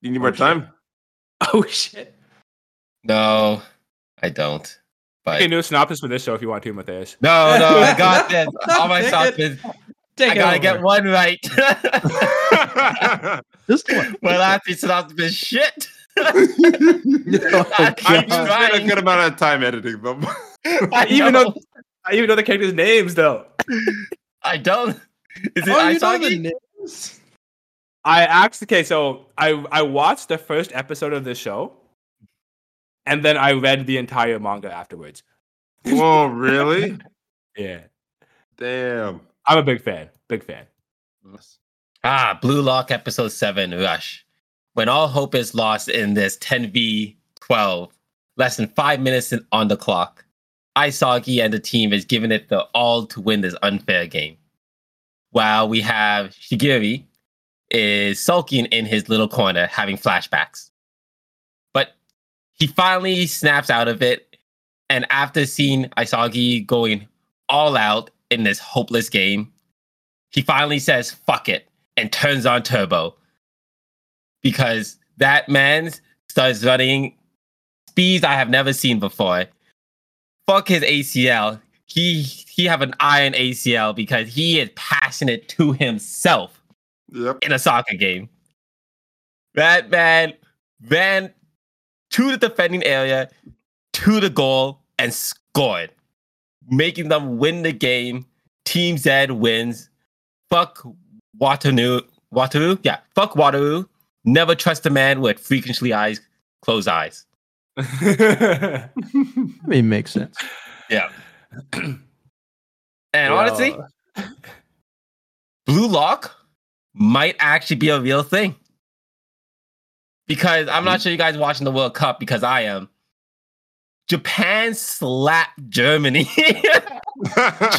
[SPEAKER 1] you need more
[SPEAKER 3] shit.
[SPEAKER 1] time?
[SPEAKER 3] Oh shit.
[SPEAKER 2] No, I don't. But
[SPEAKER 4] Okay, new synopsis for this show if you want to, Matthias.
[SPEAKER 2] no, no, I got this. All my
[SPEAKER 3] Take
[SPEAKER 2] stuff
[SPEAKER 3] it.
[SPEAKER 2] is.
[SPEAKER 3] Take
[SPEAKER 2] I gotta get one right.
[SPEAKER 3] Just one.
[SPEAKER 2] well, I piece it off this shit.
[SPEAKER 3] Oh,
[SPEAKER 1] I
[SPEAKER 2] I'm
[SPEAKER 1] just spent a
[SPEAKER 2] trying.
[SPEAKER 1] good amount of time editing them.
[SPEAKER 2] I
[SPEAKER 4] even
[SPEAKER 2] know.
[SPEAKER 4] though- I even know the characters' names though.
[SPEAKER 2] I don't. Is it
[SPEAKER 3] Oh, you know
[SPEAKER 2] Isagi?
[SPEAKER 3] the names?
[SPEAKER 4] I actually okay, so I I watched the first episode of this show, and then I read the entire manga afterwards.
[SPEAKER 1] Whoa, really?
[SPEAKER 4] Yeah,
[SPEAKER 1] Damn.
[SPEAKER 4] I'm a big fan. Big fan.
[SPEAKER 2] Ah, Blue Lock Episode 7 Rush. When all hope is lost in this 10v12, less than five minutes in- on the clock, Isagi and the team is giving it the all to win this unfair game. While we have Shigiri is sulking in his little corner, having flashbacks. But he finally snaps out of it, and after seeing Isagi going all out in this hopeless game, he finally says, fuck it and turns on turbo because that man starts running speeds I have never seen before. Fuck his ACL. He he have an iron ACL because he is passionate to himself
[SPEAKER 1] Yep.
[SPEAKER 2] in a soccer game. That man ran to the defending area, to the goal, and scored, making them win the game. Team Z wins. Fuck Wataru. Wataru? Yeah. Fuck Wataru. Never trust a man with frequently eyes, closed eyes.
[SPEAKER 3] I mean, makes sense.
[SPEAKER 2] Yeah. And honestly, Blue Lock might actually be a real thing. Because
[SPEAKER 1] Hmm?
[SPEAKER 2] I'm not sure you guys watching the World Cup because I am. Japan slapped Germany.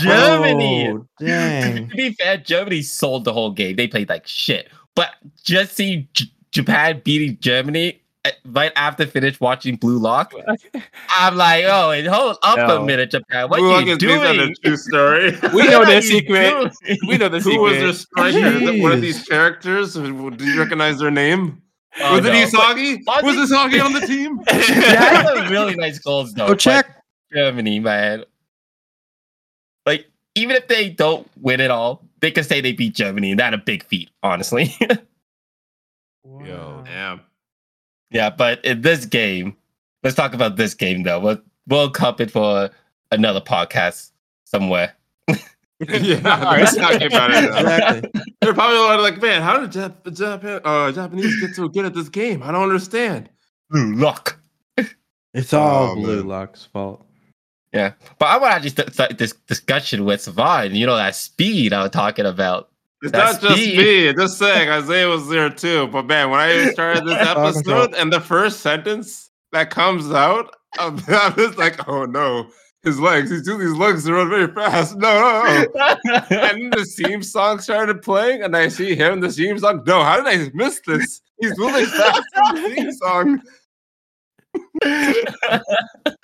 [SPEAKER 2] Germany.
[SPEAKER 3] Oh,
[SPEAKER 2] to
[SPEAKER 3] dang.
[SPEAKER 2] be fair, Germany sold the whole game. They played like shit. But just see J- Japan beating Germany uh, right after finish watching Blue Lock, I'm like, oh, and hold up
[SPEAKER 4] No.
[SPEAKER 2] a minute, Japan. What
[SPEAKER 1] Blue
[SPEAKER 2] are
[SPEAKER 1] Lock
[SPEAKER 2] you
[SPEAKER 1] is based on a
[SPEAKER 2] doing?
[SPEAKER 1] true story.
[SPEAKER 4] We
[SPEAKER 2] What
[SPEAKER 4] know
[SPEAKER 2] are
[SPEAKER 4] their
[SPEAKER 2] you
[SPEAKER 4] secret.
[SPEAKER 2] doing?
[SPEAKER 4] we know the
[SPEAKER 1] Who was their
[SPEAKER 4] secret.
[SPEAKER 1] striker? Is it One of
[SPEAKER 3] Jeez.
[SPEAKER 1] these characters? Do you recognize their name?
[SPEAKER 2] Oh,
[SPEAKER 1] was it
[SPEAKER 2] no.
[SPEAKER 1] Isagi?
[SPEAKER 2] But-
[SPEAKER 1] Was Isagi on the team?
[SPEAKER 2] yeah, that's a really nice goals
[SPEAKER 4] Oh,
[SPEAKER 2] though.
[SPEAKER 3] Go
[SPEAKER 2] but
[SPEAKER 3] check.
[SPEAKER 2] Germany, man. Like, even if they don't win it all, they can say they beat Germany, and that's a big feat, honestly.
[SPEAKER 3] Wow.
[SPEAKER 1] Damn.
[SPEAKER 2] yeah, but in this game, let's talk about this game though. We'll we'll cup it for another podcast somewhere.
[SPEAKER 1] Yeah, let's not get about it. now.
[SPEAKER 3] Exactly.
[SPEAKER 1] They're probably all like, man, how did Jap- Japan, uh, Japanese get so good at this game? I don't understand.
[SPEAKER 2] Blue lock.
[SPEAKER 3] It's all
[SPEAKER 1] Oh,
[SPEAKER 3] Blue
[SPEAKER 1] man.
[SPEAKER 3] Lock's fault.
[SPEAKER 2] But I want to actually st- start this discussion with Savon. You know that speed I was talking about.
[SPEAKER 1] It's
[SPEAKER 2] That's
[SPEAKER 1] not just
[SPEAKER 2] me.
[SPEAKER 1] me. Just saying, Isaiah was there too. But man, when I started this
[SPEAKER 3] Fucking
[SPEAKER 1] episode and the first sentence that comes out, I'm, I'm just like, oh no, his legs. He's doing these legs to run very fast. No, no, no. And the theme song started playing, and I see him. The theme song. No, how did I miss this? He's moving fast. in the theme song.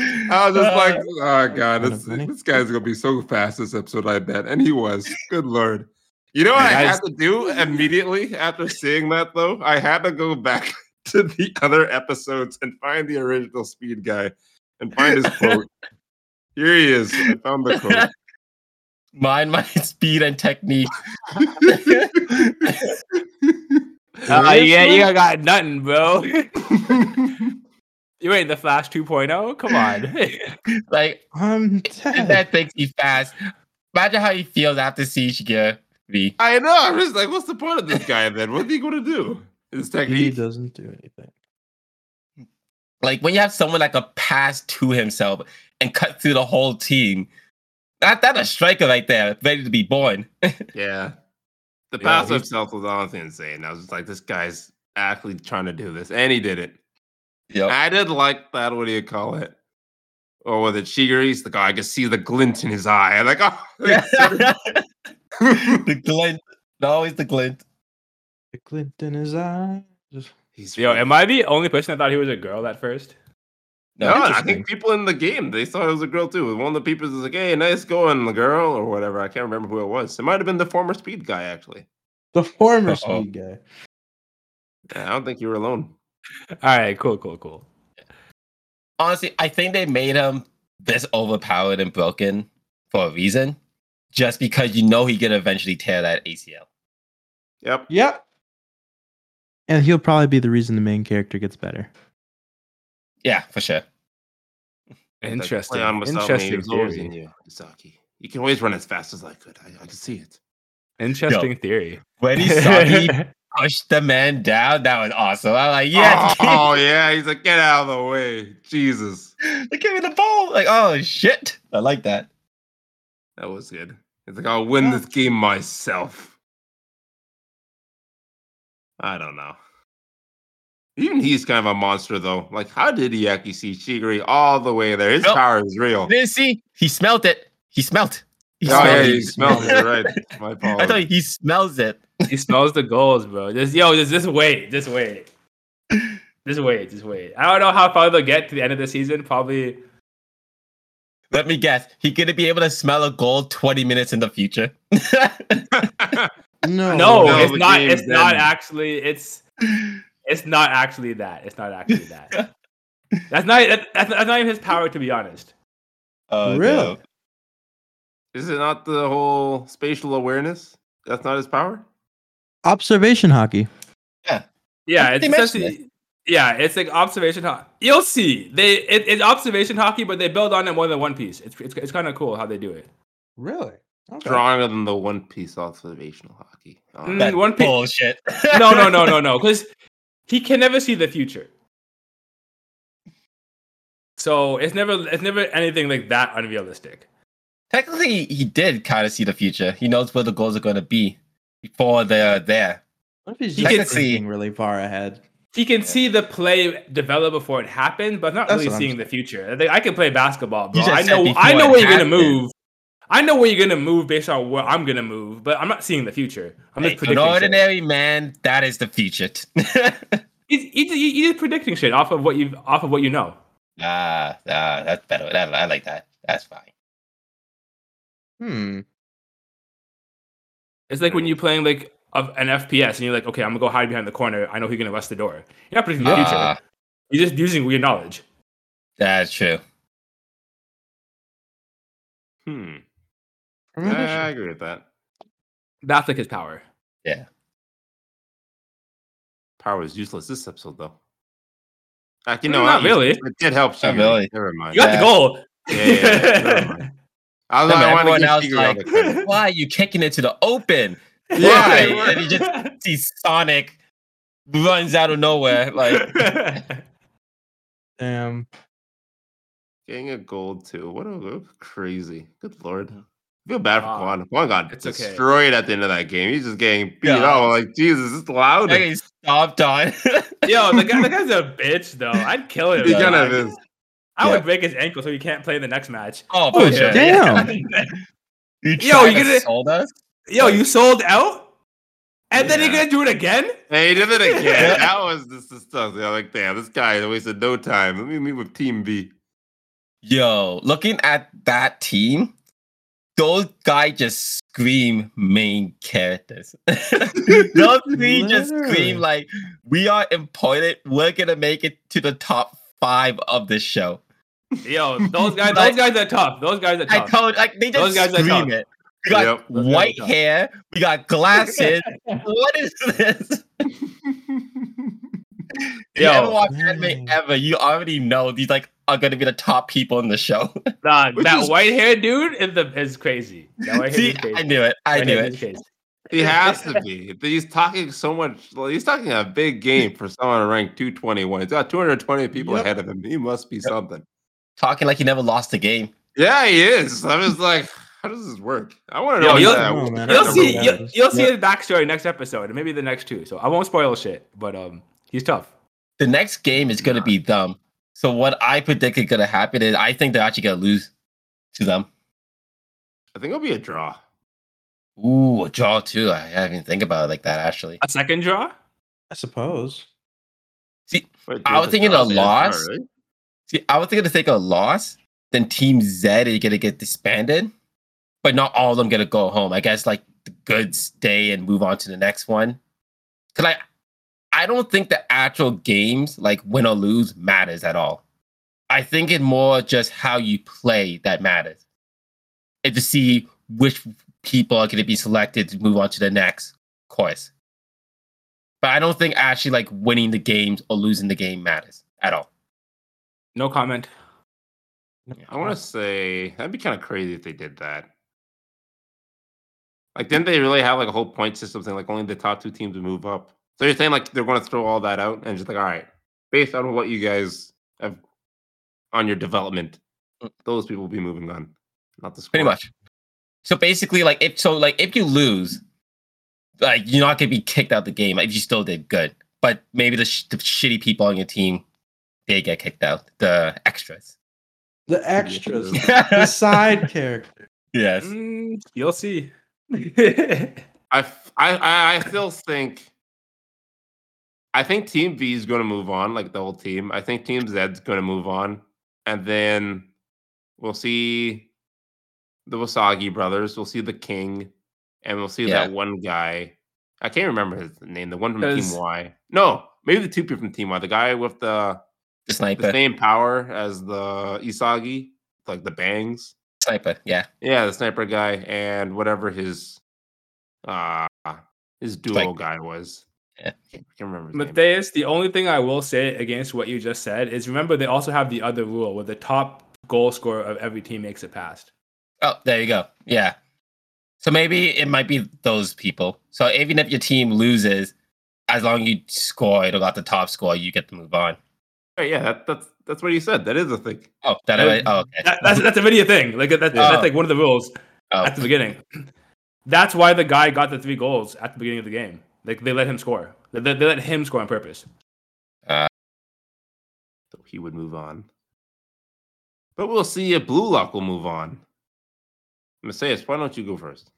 [SPEAKER 1] I was just like, oh god,
[SPEAKER 3] Kinda
[SPEAKER 1] this,
[SPEAKER 3] funny.
[SPEAKER 1] this guy's gonna be so fast this episode, I bet. And he was. Good lord. You know what
[SPEAKER 4] Hey,
[SPEAKER 1] I
[SPEAKER 4] guys.
[SPEAKER 1] had to do immediately after seeing that though? I had to go back to the other episodes and find the original speed guy and find his quote. Here he is. I found the quote.
[SPEAKER 2] Mind my speed and technique.
[SPEAKER 4] Uh, yeah,
[SPEAKER 1] Seriously?
[SPEAKER 4] you ain't got nothing, bro. you ain't the Flash 2.0. Come on.
[SPEAKER 2] Like
[SPEAKER 3] I'm
[SPEAKER 2] And
[SPEAKER 3] dead.
[SPEAKER 2] that thinks he's fast. Imagine how he feels after seeing Shigeru. be-
[SPEAKER 1] I know. I'm just like, what's the point of this guy then? What's he gonna do? His
[SPEAKER 3] He
[SPEAKER 1] technique.
[SPEAKER 3] doesn't do anything.
[SPEAKER 2] Like when you have someone like a pass to himself and cut through the whole team. That that a striker right there, ready to be born.
[SPEAKER 1] Yeah. The
[SPEAKER 4] Yeah,
[SPEAKER 1] pass
[SPEAKER 4] he-
[SPEAKER 1] himself was honestly insane. I was just like, this guy's actually trying to do this. And he did it.
[SPEAKER 4] Oh.
[SPEAKER 2] Yep.
[SPEAKER 1] I did like that. What do you call it? Or was it Shigeri's? The guy, I could see the glint in his eye. I'm like, oh, it's so-
[SPEAKER 2] the glint. Always the glint.
[SPEAKER 3] The glint in his eye. Just
[SPEAKER 1] he's
[SPEAKER 4] Yo,
[SPEAKER 1] really-
[SPEAKER 4] am I the only person that thought he was a girl at first?
[SPEAKER 1] No, I
[SPEAKER 3] interesting.
[SPEAKER 1] think people in the game they thought it was a girl too. One of the people was like, "Hey, nice going, the girl," or whatever. I can't remember who it was. It might have been the former speed guy, actually.
[SPEAKER 3] the former
[SPEAKER 2] Uh-oh.
[SPEAKER 3] speed guy.
[SPEAKER 1] Yeah, I don't think you were alone.
[SPEAKER 4] All right, cool, cool, cool.
[SPEAKER 2] Honestly, I think they made him this overpowered and broken for a reason. Just because you know he could eventually tear that ACL.
[SPEAKER 1] Yep.
[SPEAKER 3] Yep. And he'll probably be the reason the main character gets better.
[SPEAKER 2] Yeah, for sure.
[SPEAKER 1] That
[SPEAKER 4] Interesting.
[SPEAKER 1] play on was something that
[SPEAKER 4] Interesting
[SPEAKER 1] was always in
[SPEAKER 4] theory.
[SPEAKER 1] you, Isaki. You can always run as fast as I could. I, I could see it.
[SPEAKER 4] Interesting theory.
[SPEAKER 2] When he saw he pushed the man down, that was awesome. I was like, yeah, kid.
[SPEAKER 1] Oh yeah, he's like, get out of the way, Jesus.
[SPEAKER 2] They gave me the ball. Like, oh shit. I like that.
[SPEAKER 1] That was good. It's like I'll win this game myself. I don't know. Even he's kind of a monster though. Like, how did he actually see Shigeri all the way there? His
[SPEAKER 2] Nope.
[SPEAKER 1] power is real.
[SPEAKER 2] Didn't see. He smelt it. He smelt. He
[SPEAKER 1] oh yeah,
[SPEAKER 2] smelled
[SPEAKER 1] he smells it.
[SPEAKER 2] it.
[SPEAKER 1] Right, my
[SPEAKER 2] I thought
[SPEAKER 1] apologies.
[SPEAKER 2] he smells it.
[SPEAKER 4] he smells the goals, bro. Just yo, just just wait, just wait, just wait, just wait. I don't know how far they'll get to the end of the season. Probably.
[SPEAKER 2] Let me guess. He gonna be able to smell a goal 20 minutes in the future.
[SPEAKER 3] No.
[SPEAKER 4] No,
[SPEAKER 1] no,
[SPEAKER 4] it's
[SPEAKER 1] the
[SPEAKER 3] Oh,
[SPEAKER 4] not.
[SPEAKER 1] game's
[SPEAKER 4] It's not
[SPEAKER 1] ending.
[SPEAKER 4] actually. It's It's not actually that. It's not actually that. that's not. that- That's, that's not even his power, to be honest.
[SPEAKER 2] Oh,
[SPEAKER 5] Really?
[SPEAKER 2] no.
[SPEAKER 1] Is it not the whole spatial awareness? That's not his power.
[SPEAKER 3] Observation hockey.
[SPEAKER 4] Yeah,
[SPEAKER 2] They
[SPEAKER 4] it's
[SPEAKER 2] mentioned
[SPEAKER 4] essentially. Yeah, it's like observation hockey. You'll see. They it, it's observation hockey, but they build on it more than One Piece. It's it's, it's kind of cool how they do it.
[SPEAKER 5] Really? Okay.
[SPEAKER 1] Stronger than the One Piece observational hockey. Oh,
[SPEAKER 4] Mm.
[SPEAKER 2] That's
[SPEAKER 4] One Piece-
[SPEAKER 2] bullshit.
[SPEAKER 4] No, no, no, no, no, because he can never see the future. So it's never it's never anything like that unrealistic.
[SPEAKER 2] Technically, he did kind of see the future. He knows where the goals are going to be before they're there.
[SPEAKER 5] What if he's
[SPEAKER 4] He
[SPEAKER 5] just
[SPEAKER 2] can see-
[SPEAKER 5] thinking really far ahead?
[SPEAKER 4] He can see the play develop before it happened, but not
[SPEAKER 5] That's
[SPEAKER 4] really
[SPEAKER 5] what I'm
[SPEAKER 4] seeing the future. Like, I can play basketball, bro.
[SPEAKER 2] You just
[SPEAKER 4] I
[SPEAKER 2] said
[SPEAKER 4] know
[SPEAKER 2] before
[SPEAKER 4] I know
[SPEAKER 2] it
[SPEAKER 4] where you're gonna
[SPEAKER 2] happened.
[SPEAKER 4] move. I know where you're gonna move based on where I'm gonna move, but I'm not seeing the future. I'm just
[SPEAKER 2] Like, an
[SPEAKER 4] predicting. shit.
[SPEAKER 2] ordinary man, that is the future.
[SPEAKER 4] He's, he's, he's he's predicting shit off of what you off of what you know.
[SPEAKER 2] ah, ah, that's better. That, I like that. That's fine.
[SPEAKER 5] Hmm.
[SPEAKER 4] It's like
[SPEAKER 2] Mm.
[SPEAKER 4] when you're playing like of an FPS and you're like, okay, I'm gonna go hide behind the corner. I know who's gonna rush the door. You're not predicting the
[SPEAKER 2] Ah,
[SPEAKER 4] future. You're just using your knowledge.
[SPEAKER 2] that's true.
[SPEAKER 1] Hmm. Yeah,
[SPEAKER 5] Premonition.
[SPEAKER 1] I agree with that.
[SPEAKER 4] That's like his power.
[SPEAKER 1] Power is useless this episode, though. Like, you
[SPEAKER 4] No,
[SPEAKER 1] know,
[SPEAKER 4] not
[SPEAKER 1] what? You-
[SPEAKER 4] really.
[SPEAKER 1] It did help.
[SPEAKER 2] Not
[SPEAKER 1] Shigure.
[SPEAKER 2] really.
[SPEAKER 1] Never mind.
[SPEAKER 4] You got the
[SPEAKER 2] Yeah.
[SPEAKER 4] goal.
[SPEAKER 1] Yeah, yeah, yeah, never mind. Although
[SPEAKER 2] Remember,
[SPEAKER 1] I want to give
[SPEAKER 2] everyone else
[SPEAKER 1] Shigure all
[SPEAKER 2] like-
[SPEAKER 1] the credit.
[SPEAKER 2] Why are you kicking it to the open?
[SPEAKER 1] Yeah,
[SPEAKER 2] Why? and he just see Sonic runs out of nowhere. Like,
[SPEAKER 5] Damn.
[SPEAKER 1] Getting a gold too. What a loop. Crazy. Good lord. I feel bad for
[SPEAKER 4] Ah,
[SPEAKER 1] Quan. Quan got
[SPEAKER 4] it's okay.
[SPEAKER 1] destroyed at the end of that game. He's just getting beat
[SPEAKER 2] Yeah.
[SPEAKER 1] up. Like, Jesus, it's loud.
[SPEAKER 2] like he stomped on.
[SPEAKER 4] Yo, the guy, the guy's a bitch though. I'd kill him.
[SPEAKER 1] He
[SPEAKER 4] though.
[SPEAKER 1] kind
[SPEAKER 4] Like,
[SPEAKER 1] of is.
[SPEAKER 4] I
[SPEAKER 2] Yeah.
[SPEAKER 4] would break his ankle so he can't play in the next match.
[SPEAKER 2] oh,
[SPEAKER 4] Oh,
[SPEAKER 2] for sure.
[SPEAKER 5] damn.
[SPEAKER 2] You
[SPEAKER 4] Yo,
[SPEAKER 2] tried
[SPEAKER 4] you
[SPEAKER 2] to
[SPEAKER 4] gonna-
[SPEAKER 2] sold us?
[SPEAKER 4] Yo, you sold out, and then you're
[SPEAKER 1] Yeah.
[SPEAKER 4] gonna do it again.
[SPEAKER 1] Hey, he did it
[SPEAKER 2] Yeah.
[SPEAKER 1] again. that was just the stuff. Yeah, like, damn, this guy wasted no time. Let me meet with Team B.
[SPEAKER 2] Yo, looking at that team, those guys just scream main characters. those three just
[SPEAKER 5] Literally.
[SPEAKER 2] scream like, we are important. We're going to make it to the top five of this show.
[SPEAKER 4] Yo, those guys,
[SPEAKER 2] Like-
[SPEAKER 4] those guys are tough. Those guys are
[SPEAKER 2] I
[SPEAKER 4] tough.
[SPEAKER 2] told, like, they just
[SPEAKER 4] Those guys are tough.
[SPEAKER 2] scream it. We got
[SPEAKER 1] Yep,
[SPEAKER 4] those guys are
[SPEAKER 2] white
[SPEAKER 4] tough.
[SPEAKER 2] hair. We got glasses. what is this? If you
[SPEAKER 4] Yo.
[SPEAKER 2] ever watch anime
[SPEAKER 5] Man.
[SPEAKER 2] ever, you already know these like are gonna be the top people in the show.
[SPEAKER 4] Nah,
[SPEAKER 1] Which
[SPEAKER 4] that
[SPEAKER 1] is-
[SPEAKER 4] white haired dude is the is crazy. That white
[SPEAKER 2] See,
[SPEAKER 4] haired
[SPEAKER 2] I
[SPEAKER 4] dude.
[SPEAKER 2] knew it. I knew it.
[SPEAKER 4] Crazy.
[SPEAKER 1] He has to be. He's talking so much. like, He's talking a big game for someone ranked 221. He's got 220 people
[SPEAKER 5] Yep.
[SPEAKER 1] ahead of him. He must be something.
[SPEAKER 2] Talking like he never lost a game.
[SPEAKER 1] Yeah, he is. I was like, how does this work? I want to
[SPEAKER 4] Yo,
[SPEAKER 1] know.
[SPEAKER 4] you'll-
[SPEAKER 1] that-
[SPEAKER 5] Come on, man.
[SPEAKER 4] You'll
[SPEAKER 5] Number
[SPEAKER 4] see.
[SPEAKER 5] one.
[SPEAKER 4] You'll, you'll see
[SPEAKER 5] Yeah.
[SPEAKER 4] his backstory next episode, and maybe the next two. So I won't spoil shit. But um, he's tough.
[SPEAKER 2] The next game is gonna be them. So what I predict is gonna happen is I think they're actually gonna lose to them.
[SPEAKER 1] I think it'll be a draw.
[SPEAKER 2] Ooh, a draw too. I haven't even think about it like that actually.
[SPEAKER 4] A second draw.
[SPEAKER 5] I suppose.
[SPEAKER 1] Wait,
[SPEAKER 2] I
[SPEAKER 1] there's
[SPEAKER 2] was thinking
[SPEAKER 1] draw
[SPEAKER 2] a
[SPEAKER 1] there. It's not
[SPEAKER 2] loss.
[SPEAKER 1] really.
[SPEAKER 2] See, I was thinking to take a loss, then Team Z is gonna get disbanded, but not all of them gonna go home. I guess like the good stay and move on to the next one. Cause like I don't think the actual games, like win or lose, matters at all. I think it more just how you play that matters. And to see which people are gonna be selected to move on to the next course. But I don't think actually like winning the games or losing the game matters at all.
[SPEAKER 4] No comment.
[SPEAKER 1] I want to say that'd be kind of crazy if they did that. Like, didn't they really have like a whole point system thing? Like, only the top two teams would move up. So you're saying like they're going to throw all that out and just like, all right, based on what you guys have on your development,
[SPEAKER 2] Mm.
[SPEAKER 1] those people will be moving on, not the squad.
[SPEAKER 2] pretty much. So basically, like if so, like if you lose, like you're not gonna be kicked out the game if you still did good. But maybe the, sh- the shitty people on your team they get kicked out, the extras.
[SPEAKER 5] The extras. the
[SPEAKER 2] yes.
[SPEAKER 5] side character.
[SPEAKER 4] Mm, you'll see. yeah,
[SPEAKER 1] I, f- I- I- I still think. I think Team V is going to move on, like the whole team. I think Team Z's going to move on, and then we'll see the Wasagi brothers. We'll see the King, and we'll see
[SPEAKER 2] Yeah.
[SPEAKER 1] that one guy. I can't remember his name. The one from
[SPEAKER 4] Does-
[SPEAKER 1] Team Y. No, Maybe the two people from Team Y, the guy with the,
[SPEAKER 2] The
[SPEAKER 1] the
[SPEAKER 2] sniper.
[SPEAKER 1] same power as the Isagi, like the bangs.
[SPEAKER 2] Sniper, yeah.
[SPEAKER 1] Yeah, the sniper guy and whatever his uh his duo
[SPEAKER 2] Like-
[SPEAKER 1] guy was.
[SPEAKER 2] Yeah.
[SPEAKER 1] I can't remember. His name.
[SPEAKER 4] Matthias, the only thing I will say against what you just said is remember they also have the other rule where the top goal scorer of every team makes it past.
[SPEAKER 2] Oh, there you go. Yeah. So maybe it might be those people. So even if your team loses, as long as you score, it'll got the top score, you get to move on.
[SPEAKER 1] Right, yeah, that, that's that's what he said. That is a thing.
[SPEAKER 2] Oh, that
[SPEAKER 4] Yeah.
[SPEAKER 2] oh, okay.
[SPEAKER 4] That, that's that's already a thing. Like that,
[SPEAKER 2] Yeah.
[SPEAKER 4] that's like one of the rules
[SPEAKER 2] Oh.
[SPEAKER 4] at the beginning. That's why the guy got the three goals at the beginning of the game. Like they let him score. They, they, they let him score on purpose.
[SPEAKER 1] So he would move on. But we'll see if Blue Lock will move on. Macias, why don't you go first?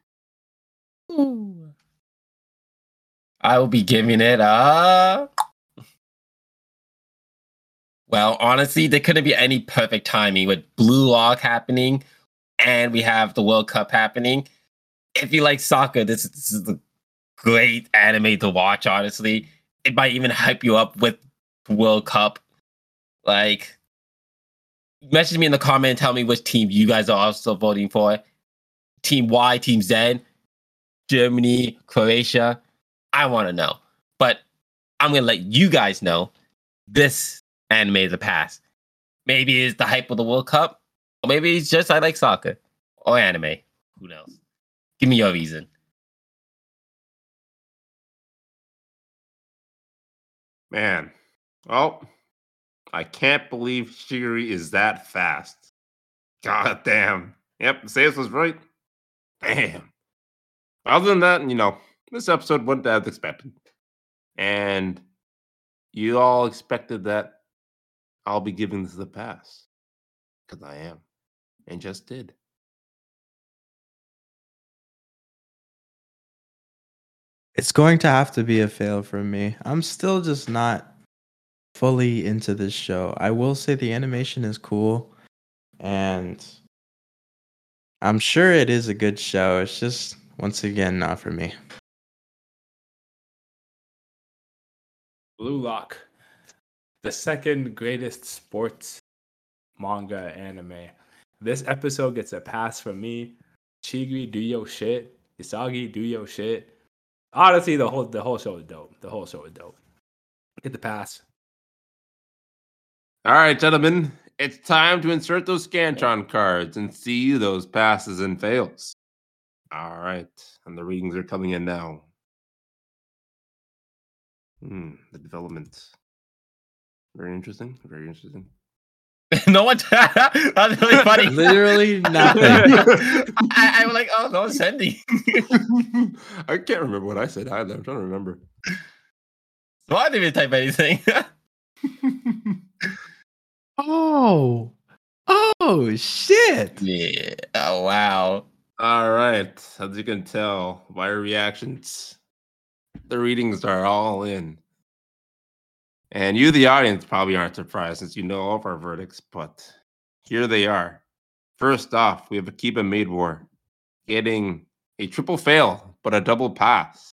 [SPEAKER 2] I will be giving it a. Well, honestly, there couldn't be any perfect timing with Blue Lock happening, and we have the World Cup happening. If you like soccer, this, this is a great anime to watch. Honestly, it might even hype you up with the World Cup. Like, message me in the comment and tell me which team you guys are also voting for. Team Y, Team Z, Germany, Croatia. I want to know. But I'm going to let you guys know this anime is a pass. Maybe it's the hype of the World Cup, or maybe it's just I like soccer or anime. Who knows? Give me your reason.
[SPEAKER 1] Man. Well, I can't believe Shiguri is that fast. God damn. Yep, Macias was right. Damn. Other than that, you know, this episode went as expected. And you all expected that I'll be giving this the pass. Because I am. And just did.
[SPEAKER 5] It's going to have to be a fail for me. I'm still just not fully into this show. I will say the animation is cool and I'm sure it is a good show. It's just once again not for me.
[SPEAKER 4] Blue Lock, the second greatest sports manga anime. This episode gets a pass from me. Chigri, do your shit. Isagi, do your shit. Honestly, the whole the whole show is dope. The whole show is dope. Get the pass.
[SPEAKER 1] All right, gentlemen, it's time to insert those Scantron cards and see those passes and fails. All right, and the readings are coming in now. Hmm, the development. Very interesting. Very interesting.
[SPEAKER 2] no one. That's really funny.
[SPEAKER 5] Literally nothing.
[SPEAKER 2] I, I was like, oh, no one's sending.
[SPEAKER 1] I can't remember what I said either. I'm trying to remember.
[SPEAKER 2] so I didn't even type anything.
[SPEAKER 5] oh. Oh shit.
[SPEAKER 2] yeah. Oh, wow.
[SPEAKER 1] All right, as you can tell by your reactions, the readings are all in. And you, the audience, probably aren't surprised since you know all of our verdicts, but here they are. First off, we have Akiba Maid War getting a triple fail, but a double pass.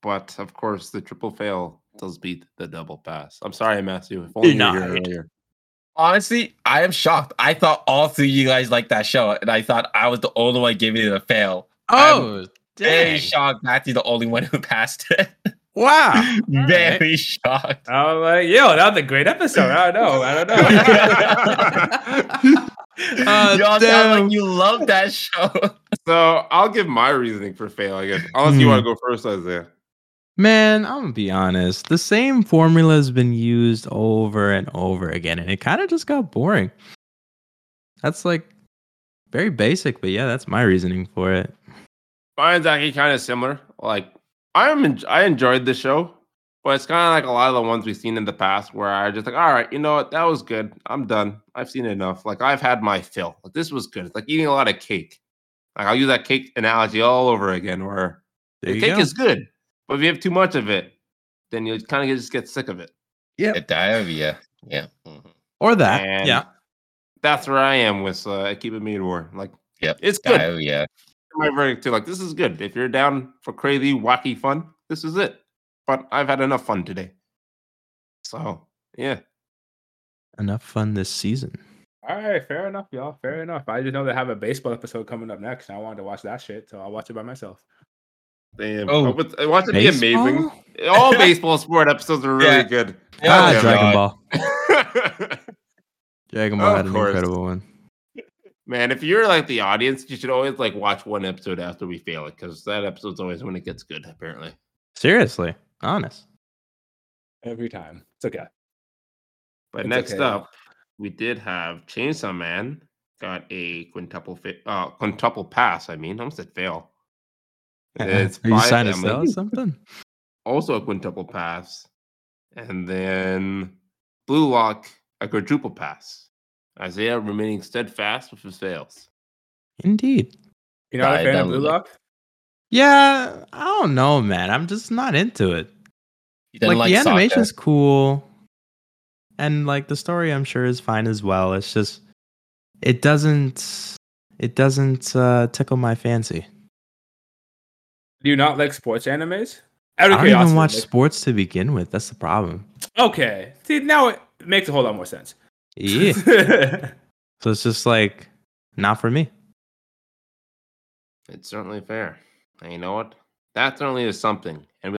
[SPEAKER 1] But of course, the triple fail does beat the double pass. I'm sorry, Matthew. If only you were here
[SPEAKER 5] Denied.
[SPEAKER 1] earlier.
[SPEAKER 2] Honestly, I am shocked. I thought all three of you guys liked that show, and I thought I was the only one giving it a fail.
[SPEAKER 5] Oh
[SPEAKER 2] Very
[SPEAKER 5] dang.
[SPEAKER 2] shocked. Matthew, the only one who passed it.
[SPEAKER 5] Wow.
[SPEAKER 2] Very shocked.
[SPEAKER 4] I was like, yo, that was a great episode. I don't know. I don't know.
[SPEAKER 5] Uh,
[SPEAKER 2] Y'all sound
[SPEAKER 5] damn.
[SPEAKER 2] like you love that show.
[SPEAKER 1] So I'll give my reasoning for fail, I guess. Unless you
[SPEAKER 5] Hmm.
[SPEAKER 1] want to go first, Isaiah.
[SPEAKER 5] Man, I'm gonna be honest. The same formula has been used over and over again, and it kind of just got boring. That's like very basic, but yeah, that's my reasoning for it.
[SPEAKER 1] Mine's actually kind of similar. Like I'm, en- I enjoyed the show, but it's kind of like a lot of the ones we've seen in the past, where I just like, all right, you know what, that was good. I'm done. I've seen enough. Like I've had my fill. Like this was good. It's like eating a lot of cake. Like I'll use that cake analogy all over again, where
[SPEAKER 5] There
[SPEAKER 1] the
[SPEAKER 5] you
[SPEAKER 1] cake
[SPEAKER 5] go.
[SPEAKER 1] is good, but if you have too much of it, then you kind of just get sick of it.
[SPEAKER 2] The diarrhea. Yeah. Mhm.
[SPEAKER 5] or that.
[SPEAKER 1] And
[SPEAKER 5] Yeah,
[SPEAKER 1] that's where I am with uh, Keep It Meat War. Like,
[SPEAKER 2] Yep,
[SPEAKER 1] it's good.
[SPEAKER 2] Diarrhea.
[SPEAKER 1] my verdict too. Like, this is good. If you're down for crazy, wacky fun, this is it. But I've had enough fun today. So yeah,
[SPEAKER 3] Enough fun this season.
[SPEAKER 4] All right, fair enough, y'all. Fair enough. I just know they have a baseball episode coming up next, and I wanted to watch that shit, so I'll watch it by myself.
[SPEAKER 1] damn.
[SPEAKER 2] Oh,
[SPEAKER 1] I would- I watch it be
[SPEAKER 3] Baseball?
[SPEAKER 1] amazing. All baseball sport episodes are really
[SPEAKER 2] Yeah.
[SPEAKER 1] good.
[SPEAKER 3] Ah,
[SPEAKER 1] yeah,
[SPEAKER 3] Dragon Ball.
[SPEAKER 1] Ball.
[SPEAKER 3] Dragon Ball
[SPEAKER 1] Of
[SPEAKER 3] had an
[SPEAKER 1] course.
[SPEAKER 3] incredible one.
[SPEAKER 1] Man, if you're like the audience, you should always like watch one episode after we fail it because that episode's always when it gets good. Apparently,
[SPEAKER 3] Seriously, honest.
[SPEAKER 4] Every time. It's okay.
[SPEAKER 1] but
[SPEAKER 4] It's
[SPEAKER 1] next
[SPEAKER 4] okay.
[SPEAKER 1] up, we did have Chainsaw Man got a quintuple fa- uh, quintuple pass. I mean, I almost said fail. It's
[SPEAKER 3] Are you
[SPEAKER 1] by
[SPEAKER 3] trying to
[SPEAKER 1] Emily.
[SPEAKER 3] sell us something?
[SPEAKER 1] also a quintuple pass, and then Blue Lock a quadruple pass. Isaiah remaining steadfast with his fails.
[SPEAKER 3] Indeed.
[SPEAKER 4] You know, I'm a
[SPEAKER 2] Right,
[SPEAKER 4] fan of
[SPEAKER 2] that
[SPEAKER 4] Blue
[SPEAKER 2] would-
[SPEAKER 4] Lock.
[SPEAKER 3] Yeah, I don't know, man. I'm just not into it.
[SPEAKER 2] He
[SPEAKER 3] Like,
[SPEAKER 2] doesn't
[SPEAKER 3] the
[SPEAKER 2] soccer.
[SPEAKER 3] animation's cool, and like the story, I'm sure is fine as well. It's just it doesn't it doesn't uh, tickle my fancy.
[SPEAKER 4] Do you not like sports animes? Out
[SPEAKER 3] I don't
[SPEAKER 4] of
[SPEAKER 3] even
[SPEAKER 4] curiosity,
[SPEAKER 3] watch
[SPEAKER 4] like-
[SPEAKER 3] sports to begin with. That's the problem.
[SPEAKER 4] Okay. See, now it makes a whole lot more sense.
[SPEAKER 3] Yeah. so it's just like not for me.
[SPEAKER 1] It's certainly fair. And you know what? That certainly is something. And we'd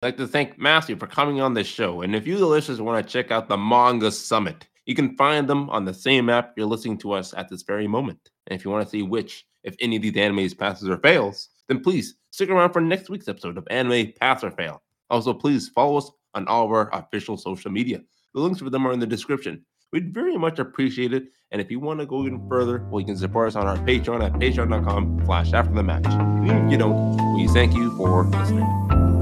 [SPEAKER 1] like to thank Matthew for coming on this show. And if you, the listeners, want to check out the Manga Summit, you can find them on the same app you're listening to us at this very moment. And if you want to see which, if any of these animes passes or fails, then please stick around for next week's episode of Anime Pass or Fail. Also, please follow us on all of our official social media. The links for them are in the description. We'd very much appreciate it. And if you want to go even further, well, you can support us on our Patreon at patreon.com slash after the match. Even if you don't, we thank you for listening.